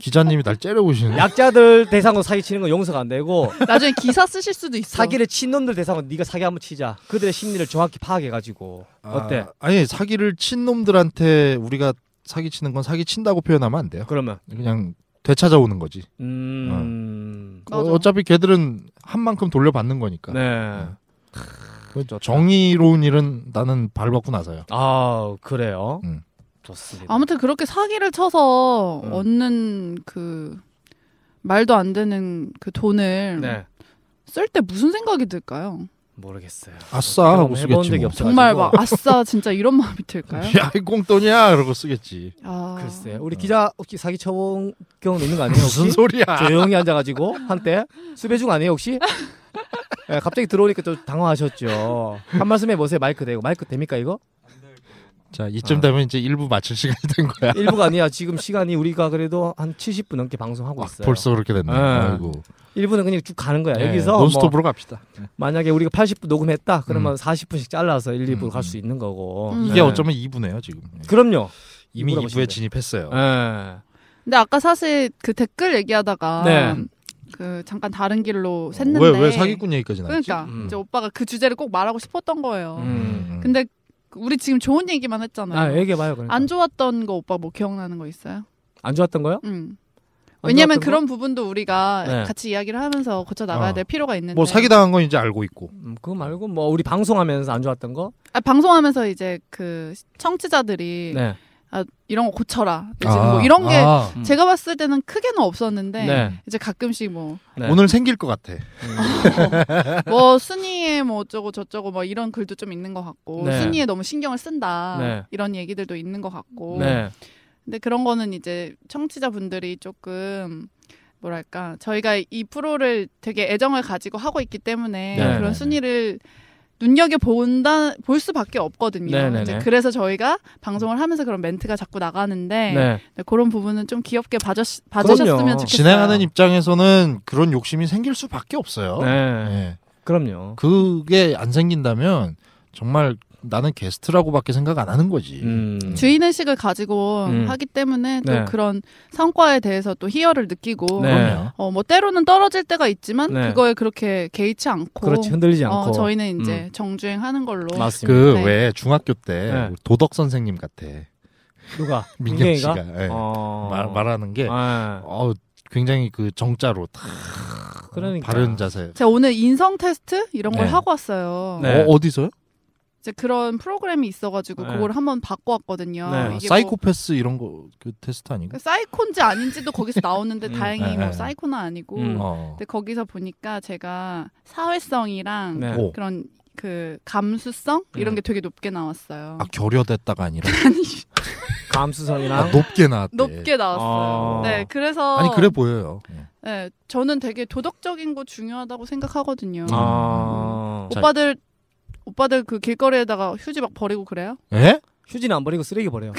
기자님이 날 째려보시는. 약자들 대상으로 사기 치는 건 용서가 안 되고 나중에 기사 쓰실 수도 있어. 사기를 친 놈들 대상으로 네가 사기 한번 치자. 그들의 심리를 정확히 파악해 가지고 어때? 아, 아니 사기를 친 놈들한테 우리가 사기 치는 건 사기 친다고 표현하면 안 돼요. 그러면 그냥 되찾아오는 거지. 음. 어, 맞아. 어차피 걔들은 한 만큼 돌려받는 거니까. 네. 그러니까. 그 정의로운 일은 나는 발벗고 나서요. 아, 그래요. 음. 좋습니다. 아무튼 그렇게 사기를 쳐서 음. 얻는 그 말도 안 되는 그 돈을 네. 쓸 때 무슨 생각이 들까요? 모르겠어요. 아싸 경험해 하고 쓰겠지 본 적이 뭐. 없어 정말 막 아싸 진짜 이런 마음이 들까요? 야, 이 꽁돈이야 이러고 쓰겠지. 아, 글쎄. 우리 기자 혹시 사기 쳐본 경험 있는 거 아니에요? 혹시? 음. 무슨 소리야? 조용히 앉아가지고 한때 수배 중 아니에요 혹시? 예, 갑자기 들어오니까 좀 당황하셨죠. 한 말씀 해보세요 마이크 대고 마이크 됩니까 이거? 자, 이쯤 아. 되면 이제 일부 마칠 시간이 된 거야. 일부가 아니야 지금 시간이 우리가 그래도 한 70분 넘게 방송하고 아, 있어요. 벌써 그렇게 됐네. 예. 아이고. 일부는 그냥 쭉 가는 거야. 여기서 예, 뭐 논스톱으로 갑시다. 만약에 우리가 80분 녹음했다 그러면 음. 40분씩 잘라서 1, 2부로 음, 갈 수 있는 거고. 음. 이게 예. 어쩌면 2부네요 지금. 그럼요. 이미 2부에 이부라고 보시면 돼요. 진입했어요. 예. 근데 아까 사실 그 댓글 얘기하다가 네. 그 잠깐 다른 길로 샜는데 왜 왜 사기꾼 얘기까지 나왔지? 그러니까 음. 이제 오빠가 그 주제를 꼭 말하고 싶었던 거예요. 음. 근데 우리 지금 좋은 얘기만 했잖아요. 아 얘기해봐요. 그러니까. 안 좋았던 거 오빠 뭐 기억나는 거 있어요? 안 좋았던 거요? 음. 안 왜냐면 좋았던 그런 부분도 우리가 네. 같이 이야기를 하면서 고쳐 나가야 어. 될 필요가 있는데. 뭐 사기 당한 건 이제 알고 있고. 거? 음, 그거 말고 뭐 우리 방송하면서 안 좋았던 거? 아, 방송하면서 이제 그 청취자들이 네. 아, 이런 거 고쳐라. 지금 뭐 이런 게 아, 음. 제가 봤을 때는 크게는 없었는데 네. 이제 가끔씩 뭐 뭐 네. 음. 오늘 생길 것 같아. 순이의 뭐 어쩌고 저쩌고 뭐 이런 글도 좀 있는 것 같고 네. 순이에 너무 신경을 쓴다 네. 이런 얘기들도 있는 것 같고 네. 근데 그런 거는 이제 청취자분들이 조금 뭐랄까 저희가 이 프로를 되게 애정을 가지고 하고 있기 때문에 네, 네, 네. 그런 순위를 눈여겨 본다 볼 수밖에 없거든요. 네, 네, 이제 네. 그래서 저희가 방송을 하면서 그런 멘트가 자꾸 나가는데 네. 그런 부분은 좀 귀엽게 봐주, 봐주셨으면 좋겠어요. 진행하는 입장에서는 그런 욕심이 생길 수밖에 없어요. 네. 예. 그럼요. 그게 안 생긴다면 정말 나는 게스트라고밖에 생각 안 하는 거지. 음. 주인 의식을 가지고 음. 하기 때문에 또 네. 그런 성과에 대해서 또 희열을 느끼고 네. 그럼요. 어 뭐 때로는 떨어질 때가 있지만 네. 그렇죠. 그거에 그렇게 개의치 않고 그렇지 흔들리지 어, 않고. 음. 저희는 이제 정주행하는 걸로 맞습니다. 그 네. 왜 중학교 때 네. 도덕 선생님 같아 누가 민경 민경이가? 씨가 예. 어. 말, 말하는 게 예. 어, 굉장히 그 정자로 탁 그러니까. 바른 자세. 제가 오늘 인성 테스트 이런 걸 네. 하고 왔어요. 네. 어, 어디서요? 이제 그런 프로그램이 있어가지고 네. 그걸 한번 바꿔 왔거든요. 네. 이게 뭐 아, 사이코패스 이런 거 그 테스트 아닌가? 그 사이코인지 아닌지도 거기서 나오는데 음. 다행히 네, 뭐 네. 사이코는 아니고 음. 어. 근데 거기서 보니까 제가 사회성이랑 네. 오. 그런 그 감수성 이런 음. 게 되게 높게 나왔어요. 아 결여됐다가 아니라 감수성이랑 아, 높게 나왔대. 높게 나왔어요. 아. 네, 그래서 아니 그래 보여요. 네, 저는 되게 도덕적인 거 중요하다고 생각하거든요. 아. 아. 자, 오빠들 오빠들 그 길거리에다가 휴지 막 버리고 그래요? 예? 휴지는 안 버리고 쓰레기 버려요.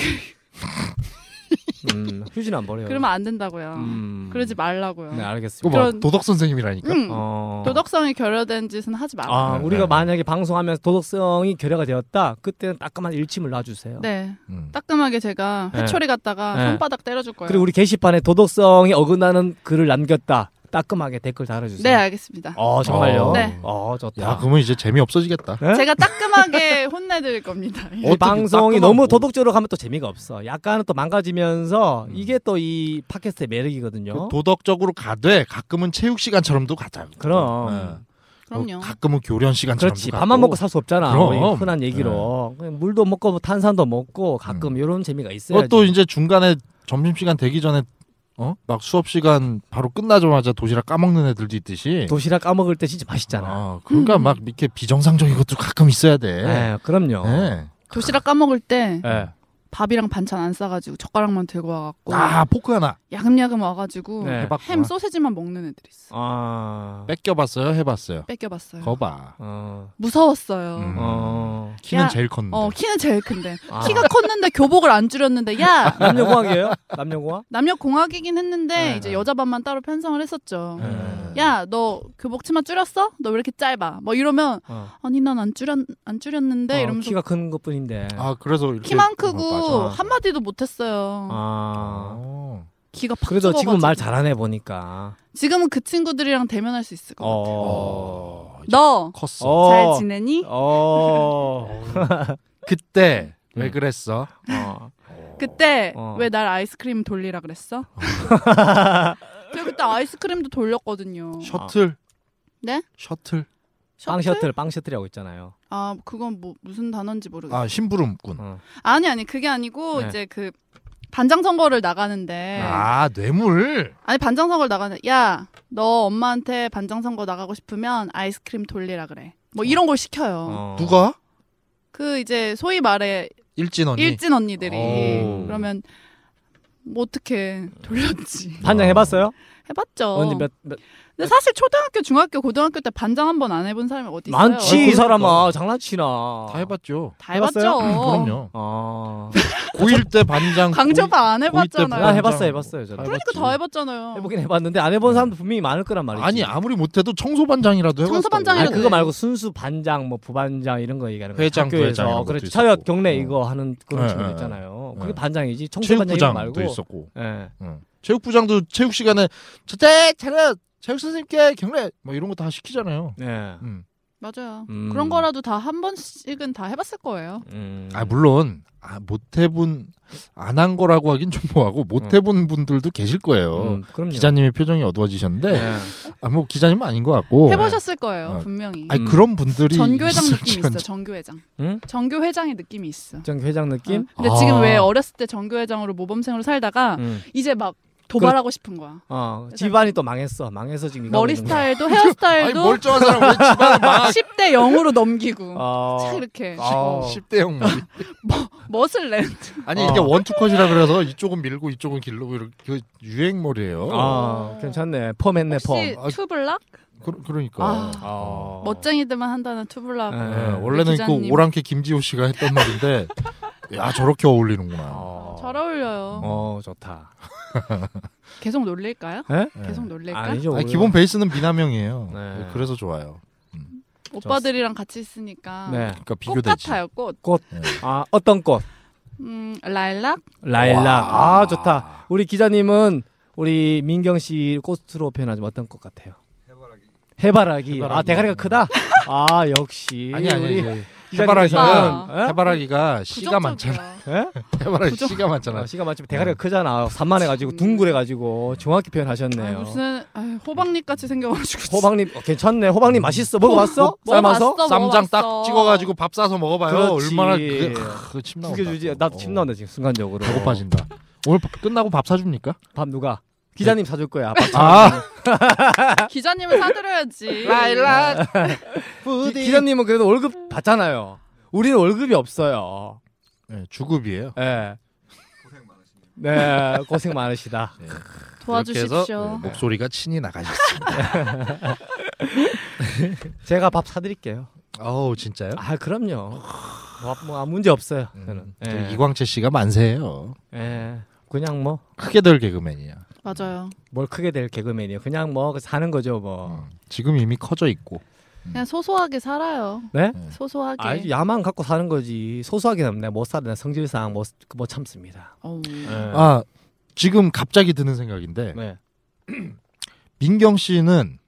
음, 휴지는 안 버려요. 그러면 안 된다고요. 음. 그러지 말라고요. 네, 알겠습니다. 그거 어, 봐, 그런- 도덕 선생님이라니까. 음, 어. 도덕성이 결여된 짓은 하지 마. 아, 네, 우리가 네. 만약에 방송하면서 도덕성이 결여가 되었다. 그때는 따끔한 일침을 놔주세요. 네, 음. 따끔하게 제가 아. 네. 회초리 갔다가 네. 손바닥 때려줄 거예요. 그리고 우리 게시판에 도덕성이 어긋나는 글을 남겼다. 따끔하게 댓글 달아주세요. 네, 알겠습니다. 어, 정말요? 어. 네. 어, 좋다. 야 그러면 이제 재미 없어지겠다. 네? 제가 따끔하게 혼내드릴 겁니다. 예, 이 어떻게 방송이 따끔하고. 너무 도덕적으로 가면 또 재미가 없어. 약간은 또 망가지면서 음. 이게 또 이 팟캐스트의 매력이거든요. 그 도덕적으로 가되 가끔은 체육 시간처럼도 가자. 그럼. 어, 그럼요. 어, 가끔은 교련 시간처럼. 그렇지. 밥만 먹고 살 수 없잖아. 그럼. 네. 우리 흔한 얘기로. 그냥 물도 음. 먹고 뭐 탄산도 먹고 가끔 이런 재미가 있어야지. 어, 또 이제 중간에 점심 시간 되기 전에 어? 막 수업 시간 바로 끝나자마자 도시락 까먹는 애들도 있듯이. 도시락 음. 까먹을 때 진짜 맛있잖아. 아, 그러니까 막 이렇게 비정상적인 것도 가끔 있어야 돼. 예, 그럼요. 예. 도시락 까먹을 때 예. 밥이랑 반찬 안 싸가지고 젓가락만 들고 와갖고 아, 포크 하나. 야금야금 와가지고 어. 네. 해봤구나. 햄 소세지만 먹는 애들 있어. 아. 뺏겨봤어요? 해봤어요? 뺏겨봤어요. 거봐. 어. 무서웠어요. 음. 어. 키는 야, 제일 컸는데. 어 키는 제일 큰데 아. 키가 컸는데 교복을 안 줄였는데 야 남녀공학이에요? 남녀공학? 남녀 공학이긴 했는데 네. 이제 여자 반만 따로 편성을 네. 했었죠. 예. 야 너 교복 치마 줄였어? 너 왜 이렇게 짧아? 뭐 이러면 어. 아니 난 안 줄였 안 줄였는데 어, 네, 이러면서 키가 큰 것뿐인데. 아, 그래서 이렇게. 키, 만 어, 크고 맞아. 한마디도 못했어요. 아. 맞아. 기가 팍 그래도 죽어가지고. 지금 말 잘하네 보니까. 지금은 그 친구들이랑 대면할 수 있을 것 같아. 어. 어. 너 컸어. 어. 잘 지내니? 어. 그때 왜 음. 그랬어? 아. 어. 그때 어. 왜 날 아이스크림 돌리라 그랬어? 제가 그때 아이스크림도 돌렸거든요. 셔틀. 네? 셔틀. 빵 셔틀, 빵 셔틀이라고 있잖아요. 아 그건 뭐 무슨 단어인지 모르겠어. 아, 심부름꾼. 어. 아. 니 아니 그게 아니고 네. 이제 그 반장 선거를 나가는데 아, 뇌물. 아니 반장 선거를 나가는 야 너 엄마한테 반장 선거 나가고 싶으면 아이스크림 돌리라 그래. 뭐 이런 걸 시켜요. 어. 누가? 그 이제 소위 말해 일진 언니. 일진 언니들이 오. 그러면 뭐 어떻게 돌렸지 반장 해봤어요? 해봤죠. 언니 몇, 몇 근데 사실 초등학교, 중학교, 고등학교 때 반장 한 번 안 해본 사람이 어디 있어요? 많지 이 그러니까. 사람아 장난치나. 다 해봤죠. 다 해봤죠. 그럼요. 아. 고일 때 반장. 고일- 어. 강조반 안 고일 때 해봤잖아요. 나 해봤어, 반장. 해봤어요, 저는. 그러니까 해봤지. 다 해봤잖아요. 해보긴 해봤는데 안 해본 사람도 분명히 많을 거란 말이지. 아니 아무리 못해도 청소반장이라도 해봤어. 청소반장이라도 아니, 아니, 그거 말고 순수 반장, 뭐 부반장 이런 거 얘기하는 거. 회장, 부회장 이런 학교에서 것도 그렇죠. 있었고. 사회 경례 어. 이거 하는 그런 예, 친구들 예, 있잖아요. 예. 그게 반장이지 청소반장 이거 체육부장도 말고. 있었고. 예. 응. 체육부장도 체육 시간에 자대 차렷 체육 선생님께 경례 뭐 이런 거 다 시키잖아요. 예. 음. 맞아요. 음. 그런 거라도 다 한 번씩은 다 해봤을 거예요. 음. 아 물론 아, 못 해본 안 한 거라고 하긴 좀 뭐하고 못 해본 분들도 계실 거예요. 어. 음, 그럼요. 기자님의 표정이 어두워지셨는데 예. 아, 뭐 기자님은 아닌 것 같고. 해보셨을 거예요, 어. 분명히. 아니 음. 그런 분들이 전교회장 느낌이 있어, 있을지언정. 전교회장. 응? 전교회장의 느낌이 있어. 전 회장 느낌? 어. 근데 아. 지금 왜 어렸을 때 전교회장으로 모범생으로 살다가 음. 이제 막 도발하고 싶은 거야. 어, 집안이 또 망했어. 망해서 지금 이거 머리 하고 있는 거야. 스타일도 아니 헤어스타일도 멀쩡한 사람 왜 집안에 막 10대 0으로 넘기고 어. 착 이렇게 아. 10대 형 머리. 멋을 낸 아니 어. 이게 원투컷이라 그래서 이쪽은 밀고 이쪽은 길르고 이렇게 그 유행 머리예요. 아, 괜찮네. 펌했네, 혹시 펌. 아, 투블락? 그, 그러니까. 아. 어. 멋쟁이들만 한다는 투블락. 예. 예, 네, 원래는 그 기자님. 오랑캐 김지호 씨가 했던 말인데 야 저렇게 어울리는구나. 어. 잘 어울려요. 어, 좋다. 계속 놀릴까요? 예? 예. 계속 놀릴까? 아니죠. 아니, 우리가- 기본 베이스는 미남형이에요. 네. 예, 그래서 좋아요. 오빠들이랑 같이 있으니까 네. 그러니까 꽃 비교되지. 같아요. 꽃. 아, 어떤 꽃? 음, 라일락. 라일락. 와. 아, 좋다. 우리 기자님은 우리 민경 씨 꽃으로 표현하자면 어떤 꽃 같아요? 해바라기. 해바라기. 아, 해바라기. 대가리가 크다? 아, 역시. 아니 아니 우리 아니. 기자님께서는- 해바라기는 예? 해바라기가 씨가 많잖아. 부정적이야. 예? 해바라기 부정- 씨가 많잖아. 아, 씨가 마치 대가리가 크잖아. 산만해가지고 둥글해가지고 음. 정확히 아유, 표현하셨네요. 무슨 아유, 호박잎 같이 생겨가지고. 호박님 어, 괜찮네. 호박님 맛있어. 먹어봤어? 먹- 삶아서? 뭐, 먹어봤어, 쌈장 먹어봤어. 딱 찍어가지고 밥 싸서 먹어봐요. 그렇지. 얼마나 그게 크, 침 나온다. 죽여주지. 나도 침 나온다 지금 순간적으로. 어. 배고파진다. 오늘 밥 끝나고 밥 사줍니까? 밥 누가? 기자님 사줄 거야. 밥 아 기자님을 사드려야지. 라일락. 기- 기자님은 그래도 월급 받잖아요. 우리는 월급이 없어요. 네, 주급이에요. 예. 네, 고생 많으시다. 이렇게 해서, 도와주십시오. 네, 목소리가 친히 나가셨습니다. 제가 밥 사드릴게요. 어우 진짜요? 아, 그럼요. 뭐, 뭐 아무 문제 없어요. 저는. 음, 예. 이광채 씨가 만세예요. 예. 그냥 뭐 뭘 크게 될 개그맨이야. 맞아요. 음. 크게 될 개그맨이에요. 그냥 뭐 사는 거죠, 뭐. 지금 이미 커져 있고. 그냥 소소하게 살아요. 네? 소소하게. 아, 야만 갖고 사는 거지. 소소하게 하면 내가 못 살아. 내 성질상 못, 못 참습니다. 어우. 예. 아 지금 갑자기 드는 생각인데 네. 민경 씨는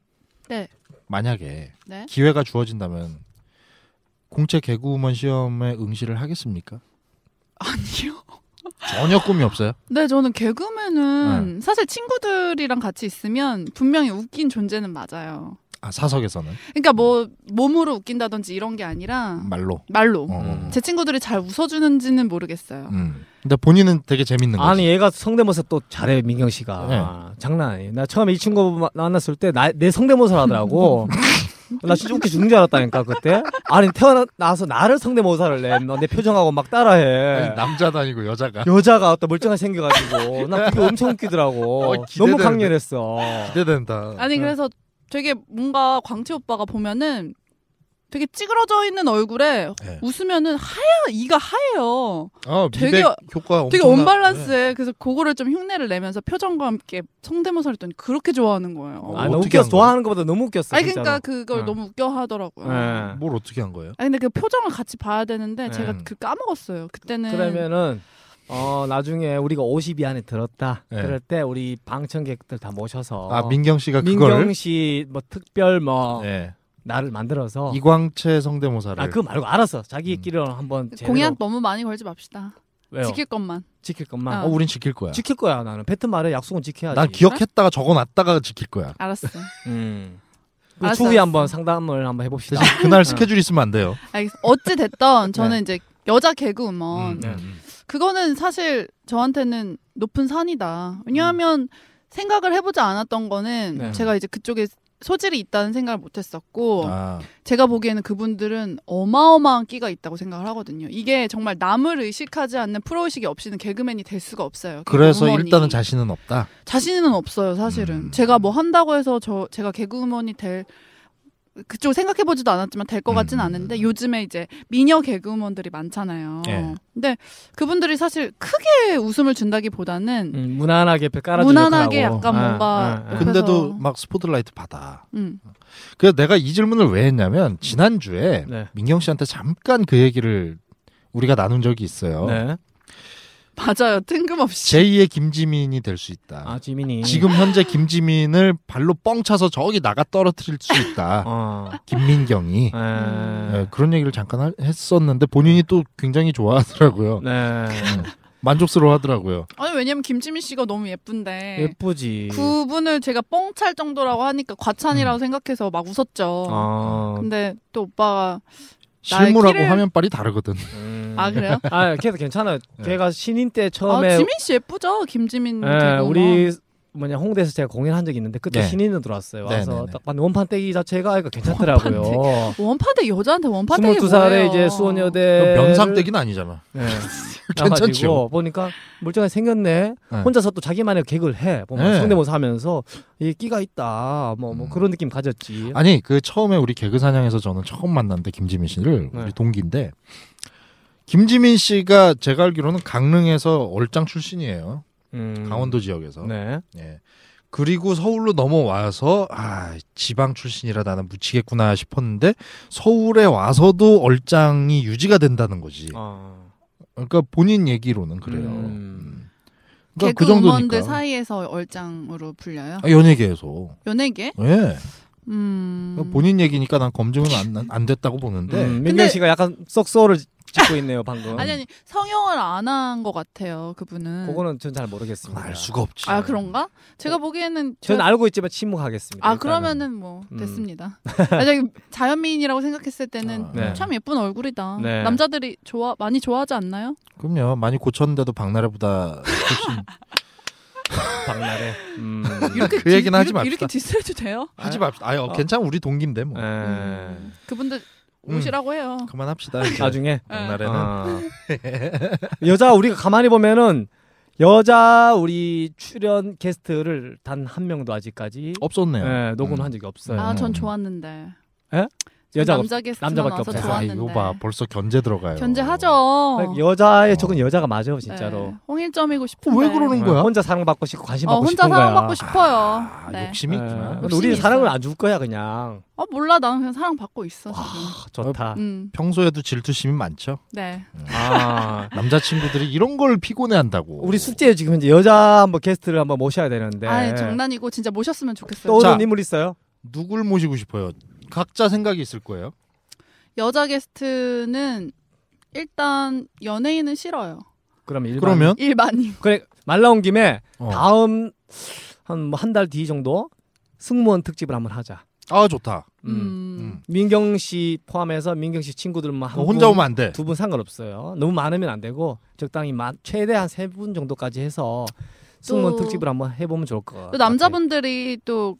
네. 만약에 네. 기회가 주어진다면 공채 개그우먼 시험에 응시를 하겠습니까? 아니요. 전혀 꿈이 없어요. 네, 저는 네. 개그맨은 사실 친구들이랑 같이 있으면 분명히 웃긴 존재는 맞아요. 아 사석에서는 그러니까 뭐 몸으로 웃긴다든지 이런 게 아니라 말로. 말로. 어, 어. 제 친구들이 잘 웃어주는지는 모르겠어요. 음. 근데 본인은 되게 재밌는 거지. 아니 얘가 성대모사 또 잘해 민경 씨가 네. 장난 아니에요. 나 처음에 이 친구 마- 만났을 때 내 성대모사를 하더라고. 나 진짜 웃기 죽는 줄 알았다니까 그때. 아니 태어나서 나를 성대모사를 내. 내 표정하고 막 따라해. 아니, 남자도 아니고 여자가 여자가 어떤 멀쩡하게 생겨가지고 나 그게 엄청 웃기더라고. 어, 너무 기대되는데. 강렬했어. 기대된다. 아니 그래서 되게 뭔가 광채 오빠가 보면은 되게 찌그러져 있는 얼굴에 네. 웃으면은 하야 이가 하예요. 어, 되게- 미백 효과 엄청나- 되게 네. 언밸런스해. 그래서 그거를 좀 흉내를 내면서 표정과 함께 성대모사를 했더니 그렇게 좋아하는 거예요. 어, 아, 너무 어떻게 한 웃겼어. 좋아하는 것보다 너무 웃겼어. 아니 그러니까 진짜로. 그 음, 뭐, 그걸 응. 너무 웃겨 하더라고요. 예. 네. 뭘 어떻게 한 거예요? 아니 근데 그 표정을 같이 봐야 되는데 네. 제가 그 까먹었어요. 그때는 그러면은 어 나중에 우리가 50위 안에 들었다. 네. 그럴 때 우리 방청객들 다 모셔서 아 민경 씨가 어. 민경 그걸 씨 뭐 특별 뭐 예. 나를 만들어서 이광채 성대모사를 음. 아 그거 말고 알아서 자기끼리 한번 제대로- 공약 너무 많이 걸지 맙시다. 왜요? 지킬, 지킬 것만. 것만 아. 어, 우린 지킬 거야. 지킬 아, 거야 나는 배트 말에 약속은 지켜야지. 난 기억했다가 적어놨다가 지킬 거야. 알았어. 음. 그 알았어, 추후에 알았어. 한번 상담을 한번 해봅시다. 대신 그날 스케줄 있으면 안 돼요. 알겠어. 어찌 됐던 저는 네. 이제 여자 개그우먼 음, 음. 그거는 사실 저한테는 높은 산이다. 왜냐하면 생각을 해보지 않았던 거는 네. 제가 이제 그쪽에 소질이 있다는 생각을 못했었고 아, 제가 보기에는 그분들은 어마어마한 끼가 있다고 생각을 하거든요. 이게 정말 남을 의식하지 않는 프로 의식이 없이는 개그맨이 될 수가 없어요. 그래서 개그우먼이. 일단은 자신은 없다. 자신은 없어요, 사실은. 음. 제가 뭐 한다고 해서 저 제가 개그우먼이 될 그쪽 생각해 보지도 않았지만 될 것 같진 음. 않은데 요즘에 이제 미녀 개그우먼들이 많잖아요. 예. 근데 그분들이 사실 크게 웃음을 준다기보다는 음, 무난하게 배 깔아주려고 무난하게 하고. 약간 아, 뭔가 아, 아. 근데도 그래서- 막 스포트라이트 받아. 음, 그래서 내가 이 질문을 왜 했냐면 지난주에 네. 민경 씨한테 잠깐 그 얘기를 우리가 나눈 적이 있어요. 네. 맞아요. 뜬금없이 제2의 김지민이 될 수 있다. 아 지민이 지금 현재 김지민을 발로 뻥 차서 저기 나가 떨어뜨릴 수 있다. 어. 김민경이. 네, 음. 네. 그런 얘기를 잠깐 하- 했었는데 본인이 또 굉장히 좋아하더라고요. 네. 어. 만족스러워 하더라고요. 아니 왜냐면 김지민 씨가 너무 예쁜데 예쁘지. 음. 그분을 제가 뻥찰 정도라고 하니까 과찬이라고 생각해서 막 웃었죠. 어. 근데 또 오빠가 나의 실물하고 키를- 화면빨이 다르거든. 음. 아 그래요? 아, 걔도 괜찮아요. 네. 걔가 신인 때 아, 처음에 지민 씨 예쁘죠? 김지민 예, 음, 개그우먼. 우리 뭐냐 홍대에서 제가 공연한 적이 있는데 그때 네. 신인으로 들어왔어요. 네, 네, 와서 네. 딱 봤는데 원판 떼기 자체가 이거 괜찮더라고요. 원파대 여자한테 원파대 22살에 이제 네. 수원여대 면상대기는 아니잖아. 네. 괜찮죠. 가지고 보니까 멀쩡하게 생겼네. 네. 혼자서 또 자기만의 개그를 해. 보면 네. 성대모사 하면서 이게 끼가 있다. 뭐 뭐 음. 그런 느낌 가졌지. 아니 그 처음에 우리 개그 사냥에서 저는 처음 만났는데 김지민 씨를 네. 우리 동기인데 김지민 씨가 제가 알기로는 강릉에서 얼짱 출신이에요. 음. 강원도 지역에서. 네. 예. 그리고 서울로 넘어와서 아 지방 출신이라 나는 묻히겠구나 싶었는데 서울에 와서도 얼짱이 유지가 된다는 거지. 어. 그러니까 본인 얘기로는 그래요. 음. 음. 그러니까 그 개그우먼들 정도니까. 사이에서 얼짱으로 불려요. 아, 연예계에서. 연예계? 예. 음. 그러니까 본인 얘기니까 난 검증은 안, 안- 안 됐다고 보는데. 음, 근데- 민경 씨가 약간 썩소를 짓고 있네요 방금. 아니 음. 아니 성형을 안 한 것 같아요 그분은. 그거는 전 잘 모르겠습니다. 그건 알 수가 없지. 아 그런가? 제가 보기에는 전 제가- 알고 있지만 침묵하겠습니다. 아 일단은. 그러면은 뭐 음. 됐습니다. 아, 저기 자연미인이라고 생각했을 때는 아, 네. 참 예쁜 얼굴이다. 네. 남자들이 좋아 많이 좋아하지 않나요? 그럼요. 많이 고쳤는데도 박나래보다 훨씬 박나래. 음. 이렇게 그 얘기는 하지 이렇게, 맙시다. 이렇게 디스해도 돼요? 하지 맙시다. 아유, 어. 괜찮아. 우리 동기인데 뭐. 네. 음. 에. 그분들 음. 오시라고 해요. 그만합시다. 이제. 나중에 음. 박나래는 아. 여자 우리가 가만히 보면은 여자 우리 출연 게스트를 단 한 명도 아직까지 없었네요. 예, 녹음한 음. 적이 없어요. 아 전 음. 좋았는데. 에? 여자가 남자 게스트 남자밖에 나와서 없어요. 아, 좋았는데. 이거 봐. 벌써 견제 들어가요. 견제하죠. 그러니까 여자의 어. 적은 여자가 맞아요 진짜로. 네, 네. 홍일점이고 어, 싶은데. 왜 그러는 거야? 혼자 사랑받고 싶고 관심 어, 받고 혼자 싶은 거야. 사랑받고 싶어요. 아, 네. 욕심이 있구나. 예, 근데 욕심이 우리 있어요. 사랑을 안 줄 거야 그냥. 어 몰라 나는 그냥 사랑받고 있어 지금. 아, 좋다. 음, 평소에도 질투심이 많죠. 네. 아. 남자친구들이 이런 걸 피곤해한다고. 우리 숙제에 지금 현재 여자 한번 게스트를 한번 모셔야 되는데. 아니 장난이고 진짜 모셨으면 좋겠어요. 떠오르는 자. 인물 네. 있어요? 누굴 모시고 싶어요? 각자 생각이 있을 거예요. 여자 게스트는 일단 연예인은 싫어요. 그럼 일반 그러면 일반인. 그래 말 나온 김에 어. 다음 한 뭐 한 달 뒤 정도 승무원 특집을 한번 하자. 아 좋다. 음. 음. 민경 씨 포함해서 민경 씨 친구들만 한 어, 뭐 혼자 분, 오면 안 돼. 두분 상관없어요. 너무 많으면 안 되고 적당히 마, 최대한 세 분 정도까지 해서 승무원 또- 특집을 한번 해보면 좋을 것 같아요. 또 남자분들이 또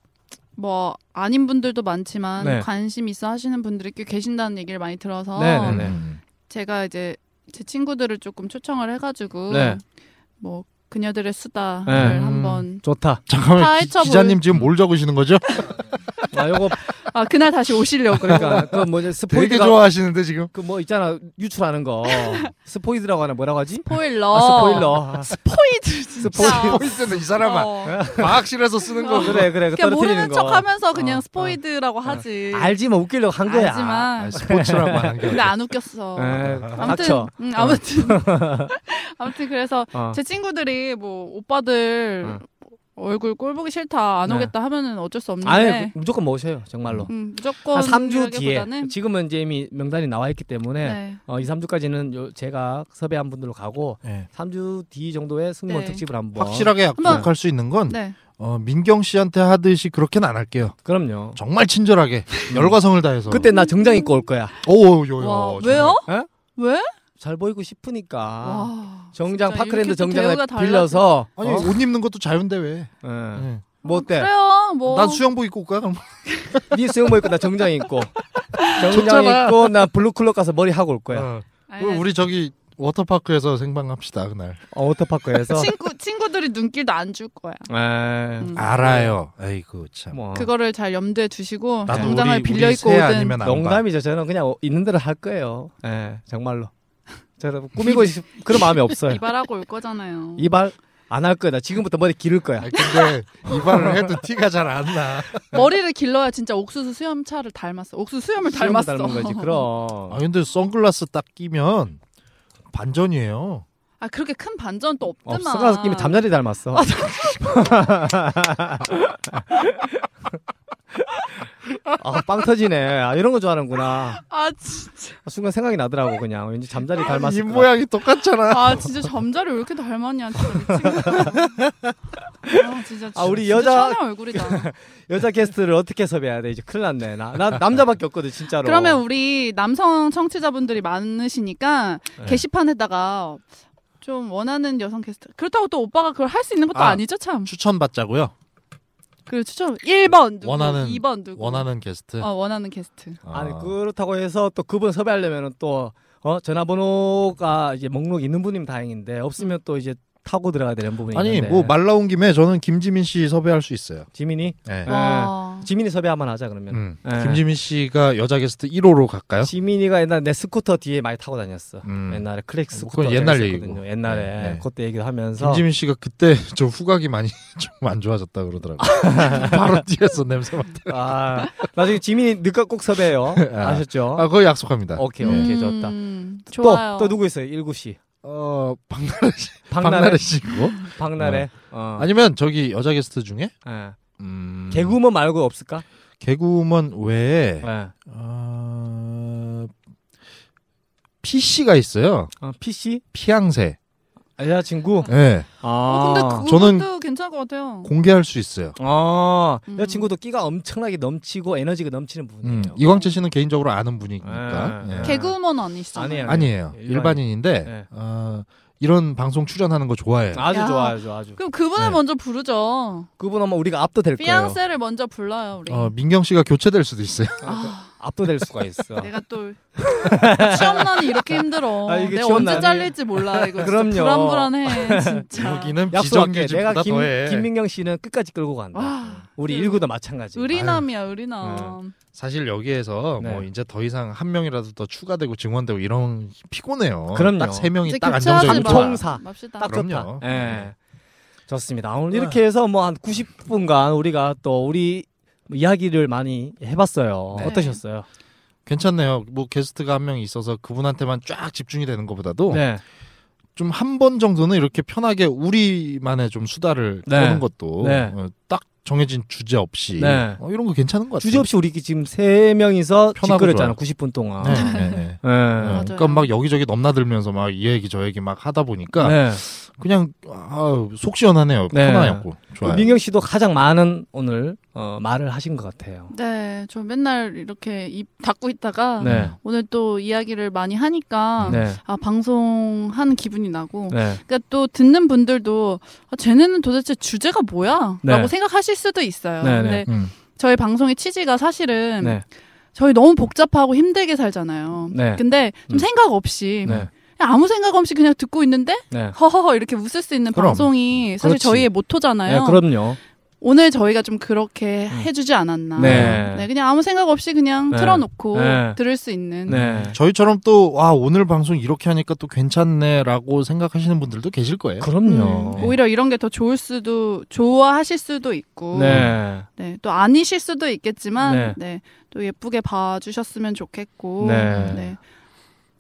뭐 아닌 분들도 많지만 네. 관심 있어 하시는 분들이 꽤 계신다는 얘기를 많이 들어서 네네네. 음. 제가 이제 제 친구들을 조금 초청을 해가지고 네. 뭐 그녀들의 수다를 네. 한번 좋다. 다 잠깐만 기, 헤쳐볼- 기자님 지금 뭘 적으시는 거죠? 아 요거 아 그날 다시 오시려고 그러니까 그 뭐지 되게 스포이드가 좋아하시는데 지금 그 뭐 있잖아 유출하는 거 스포이드라고 하나 뭐라고 하지? 스포일러 아, 스포일러. 아, 포이드 진짜 보이스는이 사람아 어. 과학실에서 쓰는 거. 그래 그래 그 그러니까 떨어뜨리는 모르는 거. 척하면서 그냥 어, 어. 스포이드라고 하지. 알지만 뭐 웃기려고 한 거야. 알지만 아, 스포츠라고 안 한 게. 근데 안 웃겼어. 에, 아무튼 닥쳐. 음, 아무튼 아무튼 그래서 어. 제 친구들이 뭐 오빠들 응. 얼굴 꼴 보기 싫다 안 네. 오겠다 하면은 어쩔 수 없는데 아니 그- 무조건 모셔요 정말로. 네. 음, 한 무조건 3주 뒤에 이라기보다는 지금은 이제 이미 명단이 나와 있기 때문에 네. 어, 2, 3주까지는 요 제가 섭외한 분들로 가고 네. 3주 뒤 정도에 승무원 네. 특집을 한번 확실하게 약속할 수 있는 건 네. 어, 민경 씨한테 하듯이 그렇게는 안 할게요. 그럼요. 정말 친절하게 음. 음. 열과 성을 다해서. 그때 나 정장 입고 올 거야. 오요요. 와, 왜요? 에? 왜? 잘 보이고 싶으니까 와. 진짜 어? 정장 이렇게 파크랜드 또 정장을 대우가 달라- 빌려서 아니 어? 옷 입는 것도 자유인데 왜? 예. 예. 뭐 어때? 그래요. 뭐 난 수영복 입고 올까? 그럼 네 수영복 입고 나 정장 입고 정장 좋잖아. 입고 나 블루클럽 가서 머리 하고 올 거야. 어. 아니, 그럼 우리 저기 워터파크에서 생방합시다 그날. 어, 워터파크에서. 친구 친구들이 눈길도 안 줄 거야. 에. 음. 알아요. 아이고 참. 예. 뭐 그거를 잘 염두에 두시고 나도 정장을 우리 빌려 우리 입고 새 오든 아니면 안 봐. 농담이죠. 저는 그냥 어, 있는 대로 할 거예요. 예, 정말로. 저는 꾸미고 싶 그런 마음이 없어요. 이발하고 올 거잖아요. 네. 이발 안 할 거야. 나 지금부터 머리 기를 거야. 아니, 근데 이발을 해도 티가 잘 안 나. 머리를 길러야 진짜 옥수수 수염차를 닮았어. 옥수수 수염을 수염도 닮았어. 닮은 거지. 아 그럼. 어, 근데 선글라스 딱 끼면 반전이에요. 아 그렇게 큰 반전 또 어, 없더만. 스가스 김이 잠자리 닮았어. 아, 빵 터지네. 아, 이런 거 좋아하는구나. 아 진짜. 아, 순간 생각이 나더라고 그냥. 왠지 잠자리 닮았을 입 것 모양이 똑같잖아. 아 진짜 잠자리 왜 이렇게 닮았냐 진짜 미친. 아 진짜. 아, 우리 진짜 여자- 천의 얼굴이다. 여자 게스트를 어떻게 섭외해야 돼? 이제 큰일 났네. 나, 나 남자밖에 없거든, 진짜로. 그러면 우리 남성 청취자분들이 많으시니까 네. 게시판에다가 좀 원하는 여성 게스트. 그렇다고 또 오빠가 그걸 할 수 있는 것도 아. 아. 니죠 참. 추천받자고요. 그리고 추천 1번 누구, 원하는- 2번 누구. 원하는 게스트. 어 원하는 게스트. 아니 아. 그렇다고 해서 또 그분 섭외하려면 또 어? 전화번호가 이제 목록 있는 분이면 다행인데 없으면 음. 또 이제 타고 들어가야 되는 부분이 아니 있는데 뭐 말 나온 김에 저는 김지민 씨 섭외할 수 있어요. 지민이 네. 네. 와. 지민이 섭외 한번 하자 그러면 음. 네. 김지민 씨가 여자 게스트 1호로 갈까요? 지민이가 옛날 내 스쿠터 뒤에 많이 타고 다녔어 음. 옛날에 클릭 스쿠터 그건 옛날 있었거든요. 얘기고. 옛날에 네, 네. 그때 얘기도 하면서 김지민 씨가 그때 좀 후각이 많이 좀 안 좋아졌다 그러더라고. 요 바로 뒤에서 냄새 맡. 아 나중에 지민이 늦가 꼭 섭외해요 아. 아셨죠 아 그거 약속합니다. 어? 오케이 네. 오케이 좋다 음, 좋아요. 또, 또 누구 있어요 일구 씨 어 박나래 씨, 박나래 박나래 씨고 네. 박나래 어. 아니면 저기 여자 게스트 중에 예. 음... 개구먼 말고 없을까 개구먼 외에 예. 어... PC가 있어요. 어, PC 피앙새. 아, 여자친구 예. 어, 근데 아. 그것도 저는- 괜찮을 것 같아요. 공개할 수 있어요. 아, 음. 여자친구도 끼가 엄청나게 넘치고 에너지가 넘치는 음, 분이에요. 이광채 씨는 개인적으로 아는 분이니까. 예, 예. 예. 개그우먼 아니시죠? 아니에요. 아니에요. 일반인. 일반인인데 예. 어, 이런 방송 출연하는 거 좋아해요. 아주 야. 좋아, 아주 아주. 그럼 그분을 네. 먼저 부르죠. 그분 아마 우리가 압도될 거예요. 피앙세를 먼저 불러요 우리. 네. 어, 민경 씨가 교체될 수도 있어요. 아, 압도될 수가 있어. 내가 또 취업난이 이렇게 힘들어. 아, 이게 내가 취업난이- 언제 잘릴지 몰라 이거. 진짜 그럼요. 불안불안해 진짜. 여기는 아, 약속할게. 내가 비정규직보다 김, 더해. 김민경 씨는 끝까지 끌고 간다. 와, 우리 그- 일구도 마찬가지. 의리남이야 아. 의리남. 사실 여기에서 네. 뭐 이제 더 이상 한 명이라도 더 추가되고 증원되고 이런 피곤해요. 그럼요. 딱 세 명이 이제 딱 교체하지 안정적인 마. 통- 총사. 맙시다. 딱 그럼요. 네. 아. 좋다. 예. 좋습니다. 오늘 이렇게 해서 뭐 한 90분간 우리가 또 우리 이야기를 많이 해봤어요. 네. 어떠셨어요? 괜찮네요. 뭐 게스트가 한 명 있어서 그분한테만 쫙 집중이 되는 것보다도 네. 좀 한 번 정도는 이렇게 편하게 우리만의 좀 수다를 네. 떠는 것도 네. 어, 딱 정해진 주제 없이 네. 어, 이런 거 괜찮은 것 같아요. 주제 없이 우리 지금 세 명이서 편하고 짓거렸잖아. 좋아요. 90분 동안. 네, 네, 네. 예. 그러니까 막 여기저기 넘나들면서 막 이 얘기 저 얘기 막 하다 보니까 네. 그냥 아, 속 시원하네요. 네. 편안하고 좋아요. 민경 씨도 가장 많은 오늘 어, 말을 하신 것 같아요. 네, 저 맨날 이렇게 입 닫고 음. 있다가 네. 오늘 또 이야기를 많이 하니까 네. 아 방송한 기분이 나고 네. 그러니까 또 듣는 분들도 아, 쟤네는 도대체 주제가 뭐야라고 네. 생각하실 수도 있어요. 네, 근데 네. 음. 저희 방송의 취지가 사실은 네. 저희 너무 복잡하고 힘들게 살잖아요. 네. 근데 좀 음. 생각 없이 네. 그냥 아무 생각 없이 그냥 듣고 있는데 네. 허허허 이렇게 웃을 수 있는 그럼. 방송이 사실 그렇지. 저희의 모토잖아요. 네, 그럼요. 오늘 저희가 좀 그렇게 해주지 않았나. 네. 그냥 아무 생각 없이 그냥 네. 틀어놓고 네. 들을 수 있는. 네. 저희처럼 또 와 오늘 방송 이렇게 하니까 또 괜찮네라고 생각하시는 분들도 계실 거예요. 그럼요. 음, 오히려 이런 게 더 좋을 수도, 좋아하실 수도 있고, 네. 네, 또 아니실 수도 있겠지만, 네. 네. 또 예쁘게 봐주셨으면 좋겠고, 네.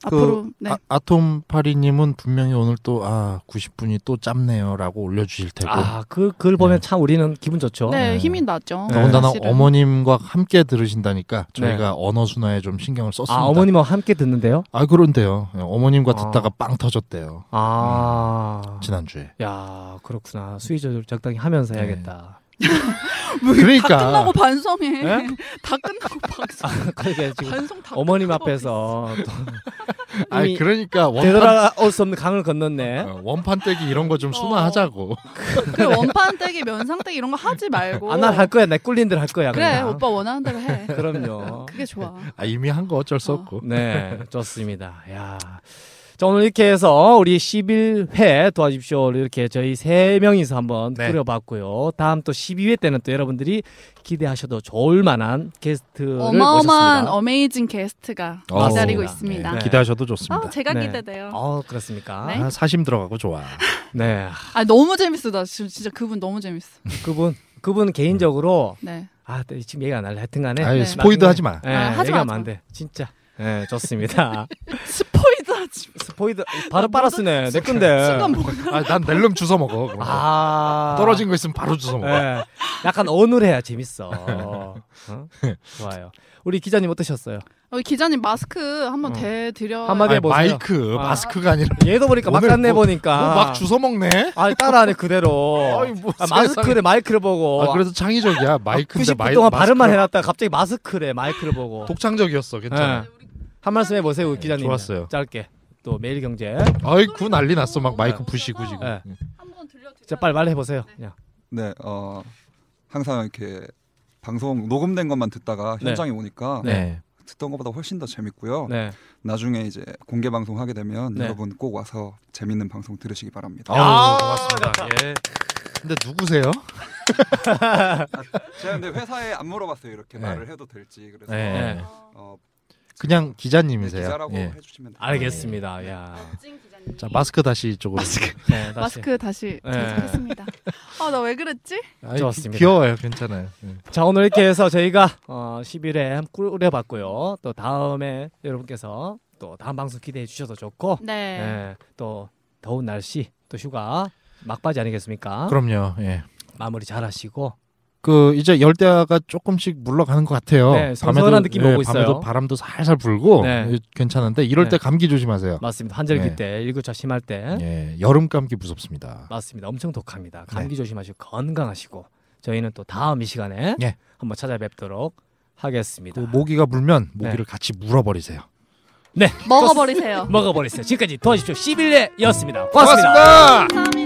앞으로, 네. 아, 아톰 파리님은 분명히 오늘 또 아 90분이 또 짧네요라고 올려주실 테고 아, 그 글 보면 참 우리는 기분 좋죠. 아, 네, 네. 힘이 나죠. 네. 더군다나 사실은. 어머님과 함께 들으신다니까 저희가 언어 순화에 좀 신경을 썼습니다. 아, 어머님하고 함께 듣는데요? 아, 그런데요. 어머님과 아. 듣다가 빵 터졌대요 아. 음. 지난주에. 야, 그렇구나. 수위 조절 적당히 네. 하면서 해야겠다. 왜 그러니까. 다 끝나고 반성해. 예? 다 끝나고 반성. 그러니까 지금 반성 다 어머님 끝나고 앞에서 또 아 이미 그러니까 원판 되돌아올 수 없는 강을 건넜네. 어, 원판 떼기 이런 거 어. 좀 순화하자고. 그 원판 떼기, 면상 떼기 이런 거 하지 어. 말고. 아, 안날할 거야. 내 꿀린 대로 할 거야. 그래, 그냥. 네. 오빠 원하는 대로 해. 그럼요. 그게 좋아. 아 이미 한 거 어쩔 수 어. 없고. 네, 좋습니다. 야. 자, 오늘 이렇게 해서 우리 11회 도와주십시오. 이렇게 저희 세명이서 한번 네. 꾸려봤고요. 다음 또 12회 때는 또 여러분들이 기대하셔도 좋을 만한 게스트를 어마어마한 모셨습니다. 아, 어메이징 게스트가 어. 기다리고 맞습니다. 있습니다. 네. 기대하셔도 아, 좋습니다. 제가 네. 기대돼요. 어, 그렇습니까? 네. 아, 사심 들어가고 좋아. 네. 아, 너무 재밌어. 나 지금 진짜 그분 너무 재밌어. 그분, 그분 개인적으로, 네. 아, 네, 지금 얘기 안 할래. 하여튼 간에. 아유, 네. 스포이드 하지 마. 예, 아, 하지 마, 얘기하면 하지 안 마. 돼. 진짜. 예, 좋습니다. 스포이드 하지. 스포이드, 바로 모든 빨았으네. 내 순간 건데. 뭐. 아, 난 낼름 주워 먹어. 그런 거. 아. 떨어진 거 있으면 바로 주워 먹어. 예. 약간 어눌해야 재밌어. 어? 좋아요. 우리 기자님 어떠셨어요? 어, 기자님 마스크 한번 어. 대드려. 한마디- 아니, 해보세요. 마이크, 아. 마스크가 아니라 얘도 보니까 오늘 막간 내 뭐- 보니까 어, 막 주워 먹네. 아니 따라하네 그대로. 아이, 뭐 아, 마스크를 마이크를 보고. 아, 그래서 창의적이야. 마이크인데 90분 마이- 동안 아, 발음만 마스크가 해놨다가 갑자기 마스크래 마이크를 보고. 독창적이었어. 괜찮아. 예. 한 말씀 해보세요 우리 네, 기자님. 좋았어요. 짧게. 또 매일경제. 아이, 구 난리 났어. 막 마이크 부시고 지금. 예. 한번 들려드려. 자 빨리 말해 보세요. 그냥. 네, 어, 항상 이렇게 방송 녹음된 것만 듣다가 네. 현장에 오니까 네. 듣던 것보다 훨씬 더 재밌고요. 네. 나중에 이제 공개 방송 하게 되면 네. 여러분 꼭 와서 재밌는 방송 들으시기 바랍니다. 아우, 아, 고맙습니다. 예. 근데 누구세요? 제가 근데 회사에 안 물어봤어요. 이렇게 네. 말을 해도 될지 그래서 네. 네. 어, 그냥 네, 기자님이세요. 기자라고 예. 해주시면 돼요. 알겠습니다. 야. 자, 마스크 다시 이쪽으로. 네, 다시. 마스크 다시 네. 장착했습니다. 아, 나 왜 그랬지? 아이, 좋았습니다. 귀여워요. 괜찮아요. 예. 자 오늘 이렇게 해서 저희가 어, 10일에 꾸려봤고요. 또 다음에 여러분께서 또 다음 방송 기대해 주셔도 좋고 네. 예, 또 더운 날씨 또 휴가 막바지 아니겠습니까? 그럼요. 예. 마무리 잘 하시고 그 이제 열대야가 조금씩 물러가는 것 같아요. 네, 선선한 느낌이 오고 있어요. 밤에도 바람도 살살 불고 네. 예, 괜찮은데 이럴 네. 때 감기 조심하세요. 맞습니다. 환절기 네. 때 일교차 심할 때 예, 여름 감기 무섭습니다. 맞습니다. 엄청 네. 독합니다. 감기 조심하시고 건강하시고 저희는 또 다음 이 시간에 예. 한번 찾아뵙도록 하겠습니다. 그 모기가 물면 모기를 같이 물어버리세요. 네 먹어버리세요. 먹어버리세요. 지금까지 도와주십시오 11회였습니다. 고맙습니다. 고맙습니다. 감사합니다.